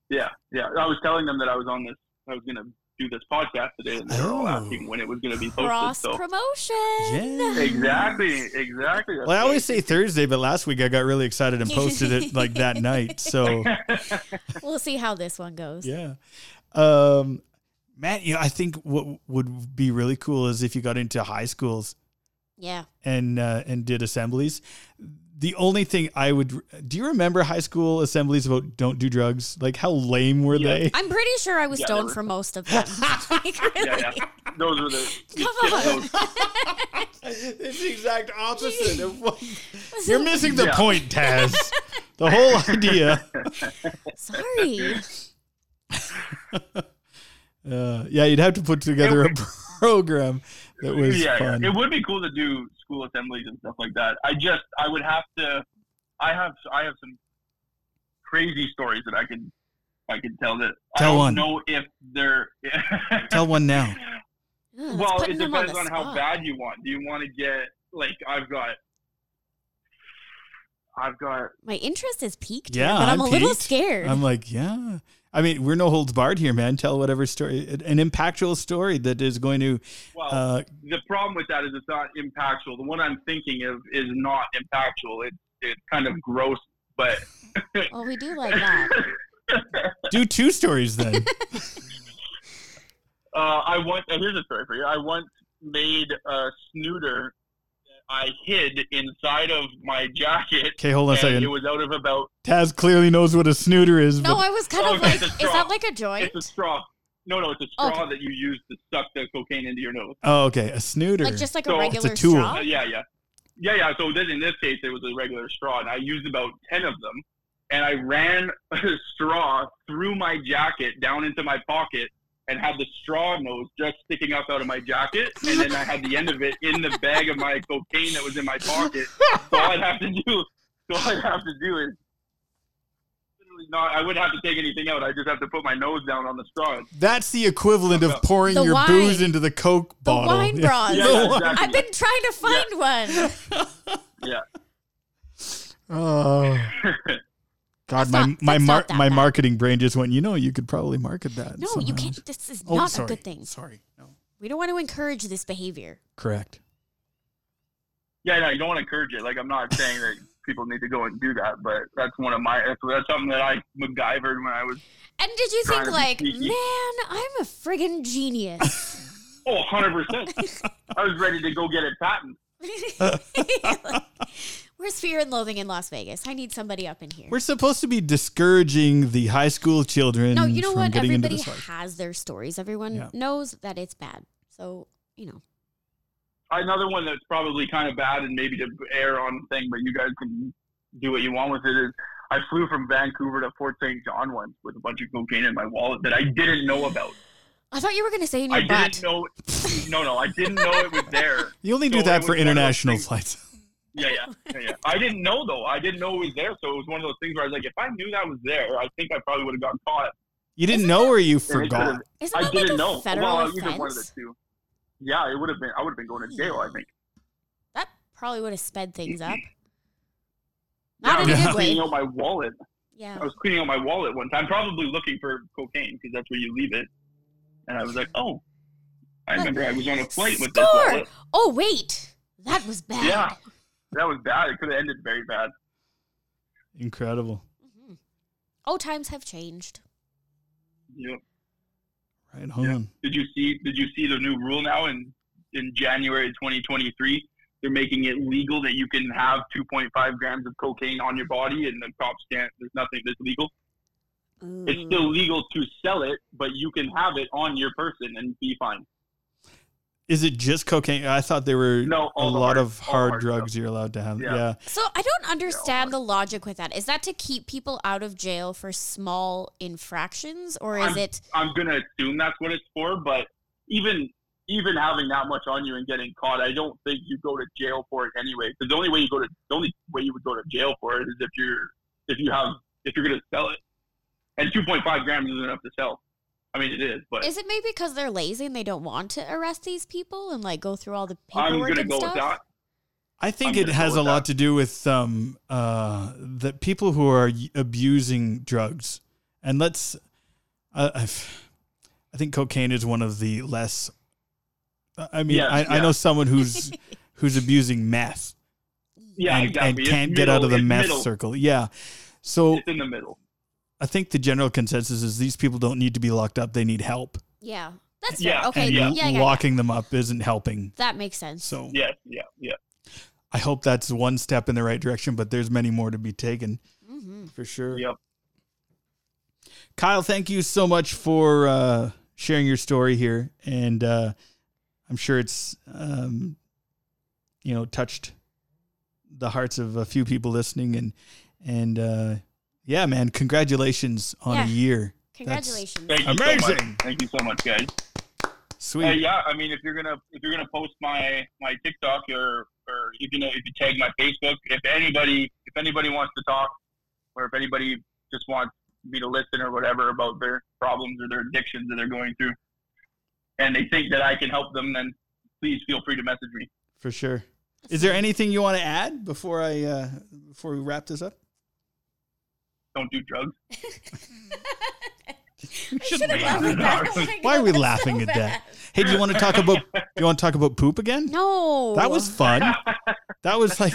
Speaker 7: Yeah, yeah. I was telling them that I was on this. I was gonna do this podcast today, and they were all
Speaker 4: Oh.
Speaker 7: asking when it was gonna be posted.
Speaker 5: Cross
Speaker 7: So
Speaker 5: promotion. [laughs]
Speaker 4: Yeah.
Speaker 7: exactly, exactly.
Speaker 4: Well, I always [laughs] say Thursday, but last week I got really excited and posted it like [laughs] that night. So
Speaker 5: We'll see how this one goes.
Speaker 4: yeah, um, Matt, you know, I think what would be really cool is if you got into high schools
Speaker 5: Yeah.
Speaker 4: and uh, and did assemblies. The only thing I would do you remember high school assemblies about don't do drugs? Like how lame were
Speaker 7: Yeah.
Speaker 4: they?
Speaker 5: I'm pretty sure I was
Speaker 7: Yeah,
Speaker 5: stoned
Speaker 7: there
Speaker 5: for most
Speaker 7: [laughs]
Speaker 5: of them. [laughs] Like,
Speaker 7: yeah,
Speaker 5: really.
Speaker 7: yeah. Those
Speaker 5: [laughs]
Speaker 7: were the.
Speaker 5: Come
Speaker 7: [laughs]
Speaker 5: on.
Speaker 4: [laughs] It's the exact opposite of what [laughs] you're missing the
Speaker 7: Yeah.
Speaker 4: point, [laughs] Taz. the whole idea.
Speaker 5: [laughs] Sorry.
Speaker 4: Uh, yeah, you'd have to put together a [laughs] program that was
Speaker 7: yeah,
Speaker 4: fun.
Speaker 7: yeah. It would be cool to do school assemblies and stuff like that. I just, I would have to. I have, I have some crazy stories that I can, I can tell that.
Speaker 4: Tell
Speaker 7: I don't
Speaker 4: one.
Speaker 7: know if they're. [laughs]
Speaker 4: Tell one
Speaker 5: [laughs]
Speaker 4: now.
Speaker 5: Ugh, it's
Speaker 7: Well,
Speaker 5: putting
Speaker 7: it
Speaker 5: them on
Speaker 7: depends
Speaker 5: the
Speaker 7: on, how
Speaker 5: spot.
Speaker 7: bad you want. Do you want to get like I've got, I've got.
Speaker 5: My interest is peaked.
Speaker 4: Yeah,
Speaker 5: Yeah, but I'm,
Speaker 4: I'm
Speaker 5: a little
Speaker 4: peaked.
Speaker 5: scared.
Speaker 4: I'm like, yeah. I mean, we're no holds barred here, man. Tell whatever story, an impactful story that is going to.
Speaker 7: Well,
Speaker 4: Uh,
Speaker 7: the problem with that is it's not impactful. The one I'm thinking of is not impactful. It, it's kind of gross, but
Speaker 5: well, we do like that.
Speaker 7: [laughs]
Speaker 4: do two stories
Speaker 5: [laughs]
Speaker 4: then.
Speaker 7: uh, I once uh, here's a story for you. I once made a snooter that I hid inside of my jacket.
Speaker 4: Okay, hold on a
Speaker 7: and
Speaker 4: second.
Speaker 7: It was out of about
Speaker 4: Taz clearly knows what a snooter is.
Speaker 5: No,
Speaker 4: but
Speaker 5: I was kind of
Speaker 7: Okay,
Speaker 5: like,
Speaker 7: the
Speaker 5: is
Speaker 7: straw.
Speaker 5: that like a joint?
Speaker 7: it's a straw. No, no, it's a straw
Speaker 5: Oh, Okay.
Speaker 7: that you use to suck the cocaine into your nose.
Speaker 4: oh, okay, a snooter.
Speaker 5: Like just like
Speaker 7: So-
Speaker 5: a
Speaker 7: It's a
Speaker 5: regular
Speaker 4: tool.
Speaker 7: Uh,
Speaker 5: straw?
Speaker 7: yeah, yeah, yeah, yeah. So then in this case, it was a regular straw, and I used about ten of them, and I ran [laughs] a straw through my jacket down into my pocket, and had the straw nose just sticking up out of my jacket, and then I had the end of it in the bag of my cocaine that was in my pocket. So all I'd have to do, so all I'd have to do is. literally Not, I wouldn't have to take anything out. I just have to put my nose down on the straw.
Speaker 4: That's the equivalent of pouring
Speaker 5: The
Speaker 4: your
Speaker 5: wine.
Speaker 4: booze into the Coke
Speaker 5: The
Speaker 4: bottle. [laughs]
Speaker 5: wine
Speaker 4: Yeah.
Speaker 5: bras.
Speaker 7: Yeah,
Speaker 4: No.
Speaker 7: exactly.
Speaker 5: I've been trying to find
Speaker 7: [laughs]
Speaker 5: one.
Speaker 7: yeah. [laughs]
Speaker 4: Oh. God,
Speaker 5: That's
Speaker 4: my
Speaker 5: not-
Speaker 4: my
Speaker 5: that's
Speaker 4: mar-
Speaker 5: not that
Speaker 4: my
Speaker 5: bad.
Speaker 4: marketing brain just went. You know, you could probably market that.
Speaker 5: No,
Speaker 4: somehow."
Speaker 5: you can't. This is
Speaker 4: Oh,
Speaker 5: not
Speaker 4: sorry.
Speaker 5: a good thing.
Speaker 4: Sorry, no,
Speaker 5: We don't want to encourage this behavior.
Speaker 4: correct.
Speaker 7: Yeah, no, you don't want to encourage it. Like, I'm not saying that people need to go and do that, but that's one of my. That's, that's something that I MacGyvered when I was.
Speaker 5: And did you think
Speaker 7: Trying to be
Speaker 5: like,
Speaker 7: sneaky. [laughs]
Speaker 5: man, I'm a friggin' genius? [laughs]
Speaker 7: Oh, 100%. I was ready to go get it patent.
Speaker 5: Like, Where's fear and loathing in Las Vegas? I need somebody up in here.
Speaker 4: We're supposed to be discouraging the high school children.
Speaker 5: no, you know
Speaker 4: from
Speaker 5: what?
Speaker 4: Getting
Speaker 5: Everybody
Speaker 4: into this life.
Speaker 5: has their stories. Everyone
Speaker 4: Yeah.
Speaker 5: knows that it's bad. So, you know.
Speaker 7: Another one that's probably kind of bad and maybe to air on thing, but you guys can do what you want with it is I flew from Vancouver to Fort St. John once with a bunch of cocaine in my wallet that I didn't know about.
Speaker 5: I thought you were going to say in your
Speaker 7: I
Speaker 5: butt.
Speaker 7: didn't know. No, no, I didn't know it was there.
Speaker 4: You only do
Speaker 7: So
Speaker 4: that
Speaker 7: it
Speaker 4: for
Speaker 7: was one of those
Speaker 4: international
Speaker 7: things-
Speaker 4: flights. [laughs]
Speaker 7: Yeah, yeah, yeah, yeah. I didn't know though. I didn't know it was there, so it was one of those things where I was like, if I knew that was there, I think I probably would have gotten caught.
Speaker 4: You didn't know or you
Speaker 7: And it
Speaker 4: forgot.
Speaker 7: could've-
Speaker 5: Isn't
Speaker 7: I
Speaker 5: that
Speaker 7: didn't
Speaker 5: like a
Speaker 7: know.
Speaker 5: federal
Speaker 7: well,
Speaker 5: offense? Hmm.
Speaker 7: either one of the two. Yeah, it would have been. I would have been going to jail. I think.
Speaker 5: That probably would have sped things up.
Speaker 7: yeah,
Speaker 5: Not
Speaker 7: I was
Speaker 5: in a
Speaker 7: [laughs]
Speaker 4: Yeah.
Speaker 5: good
Speaker 7: cleaning
Speaker 5: way.
Speaker 7: out my wallet.
Speaker 5: Yeah.
Speaker 7: I was cleaning out my wallet one time, probably looking for cocaine because that's where you leave it. And I was like, oh, I remember I was on a flight with this
Speaker 5: Score!
Speaker 7: wallet.
Speaker 5: Oh, wait. That was bad.
Speaker 7: Yeah, that was bad. It could have ended very bad.
Speaker 4: Incredible.
Speaker 5: Oh, times have changed.
Speaker 7: Yeah.
Speaker 4: Right on.
Speaker 7: Did you see? Did you see the new rule now in in January 2023? They're making it legal that you can have 2.5 grams of cocaine on your body, and the cops can't. There's nothing that's legal. It's still legal to sell it, but you can have it on your person and be fine.
Speaker 4: Is it just cocaine? I thought there were
Speaker 7: No,
Speaker 4: a
Speaker 7: all the
Speaker 4: lot
Speaker 7: hard-
Speaker 4: of
Speaker 7: all
Speaker 4: hard,
Speaker 7: hard
Speaker 4: drugs you're allowed to have. Yeah.
Speaker 7: Yeah.
Speaker 5: So I don't understand the logic with that. Is that to keep people out of jail for small infractions, or is
Speaker 7: I'm-
Speaker 5: it?
Speaker 7: I'm gonna assume that's what it's for, but even even having that much on you and getting caught, I don't think you go to jail for it anyway. Because the only way you go to the only way you would go to jail for it is if you're if you have if you're gonna sell it. And 2.5 grams isn't enough to sell. I mean, it is, but
Speaker 5: Is it maybe because they're lazy and they don't want to arrest these people and like go through all the
Speaker 7: I'm
Speaker 5: paperwork
Speaker 7: gonna
Speaker 5: and
Speaker 7: go
Speaker 5: stuff?
Speaker 7: with that.
Speaker 4: I think
Speaker 7: I'm
Speaker 4: it
Speaker 7: gonna go
Speaker 4: has a
Speaker 7: with
Speaker 4: lot
Speaker 7: that.
Speaker 4: to do with um uh that people who are y- abusing drugs, and let's, uh, I I've, I think cocaine is one of the less. I mean,
Speaker 7: Yeah,
Speaker 4: I, I
Speaker 7: yeah.
Speaker 4: know someone
Speaker 7: [laughs]
Speaker 4: who's who's abusing meth
Speaker 7: Yeah,
Speaker 4: and,
Speaker 7: exactly.
Speaker 4: and
Speaker 7: It's
Speaker 4: can't get out
Speaker 7: middle-
Speaker 4: of the
Speaker 7: it's
Speaker 4: meth
Speaker 7: middle.
Speaker 4: circle. Yeah, so
Speaker 7: It's in the middle.
Speaker 4: I think the general consensus is these people don't need to be locked up; they need help.
Speaker 5: Yeah, that's
Speaker 7: Yeah,
Speaker 5: fair. Okay,
Speaker 4: and
Speaker 5: yeah,
Speaker 4: l-
Speaker 5: yeah, yeah,
Speaker 4: locking them up isn't helping.
Speaker 5: That makes sense.
Speaker 4: So
Speaker 7: Yes, yeah, yeah.
Speaker 4: I hope that's one step in the right direction, but there's many more to be taken
Speaker 5: Mm-hmm.
Speaker 4: for sure.
Speaker 7: Yep.
Speaker 4: Kyle, thank you so much for uh, sharing your story here, and uh, I'm sure it's um, you know touched the hearts of a few people listening, and and uh, yeah, man, congratulations on
Speaker 5: Yeah.
Speaker 4: a year. That's
Speaker 5: Congratulations.
Speaker 7: Thank you So
Speaker 4: Amazing.
Speaker 7: much. Thank you so much, guys.
Speaker 4: sweet.
Speaker 7: Uh, yeah, I mean, if you're gonna if you're gonna post my my TikTok or or you can if you tag my Facebook, if anybody if anybody wants to talk, or if anybody just wants me to listen or whatever about their problems or their addictions that they're going through, and they think that I can help them, then please feel free to message me.
Speaker 4: for sure. Is there anything you want to add before I uh, before we wrap this up?
Speaker 7: Don't do drugs.
Speaker 5: [laughs]
Speaker 4: [laughs] Why are we laughing at that? Hey, do you want to talk about do you want to talk about poop again?
Speaker 5: No,
Speaker 4: That was
Speaker 7: [laughs]
Speaker 4: fun. that was like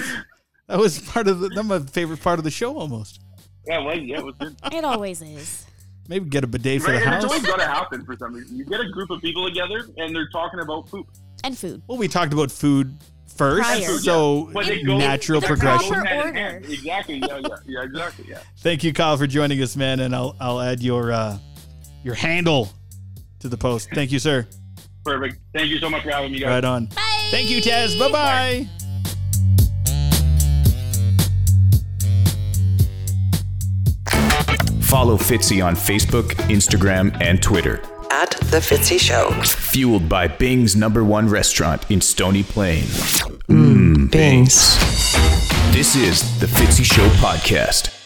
Speaker 4: that was part of the, that my favorite part of the show almost.
Speaker 7: Yeah, well, yeah, it was good.
Speaker 5: It always is.
Speaker 4: Maybe get a bidet for the
Speaker 7: Right, and it's
Speaker 4: house.
Speaker 7: always gotta happen for some reason. You get a group of people together and they're talking about poop.
Speaker 5: And food.
Speaker 4: Well, we talked about food first,
Speaker 5: Prior.
Speaker 4: so
Speaker 7: But it goes-
Speaker 4: natural
Speaker 5: the
Speaker 4: progression.
Speaker 5: proper-
Speaker 7: Hand in
Speaker 5: order.
Speaker 7: hand. Exactly. Yeah, yeah, yeah, exactly. Yeah.
Speaker 4: Thank you, Kyle, for joining us, man, and I'll I'll add your uh, your handle to the post. Thank you, sir.
Speaker 7: Perfect. Thank you so much for having me, guys.
Speaker 4: Right on.
Speaker 5: Bye.
Speaker 4: Thank you, Taz. Bye bye.
Speaker 1: Follow Fitzy on Facebook, Instagram, and Twitter.
Speaker 2: At The Fitzy Show.
Speaker 1: Fueled by Bing's number one restaurant in Stony Plain.
Speaker 2: Bings.
Speaker 1: This is the Fitzy Show podcast.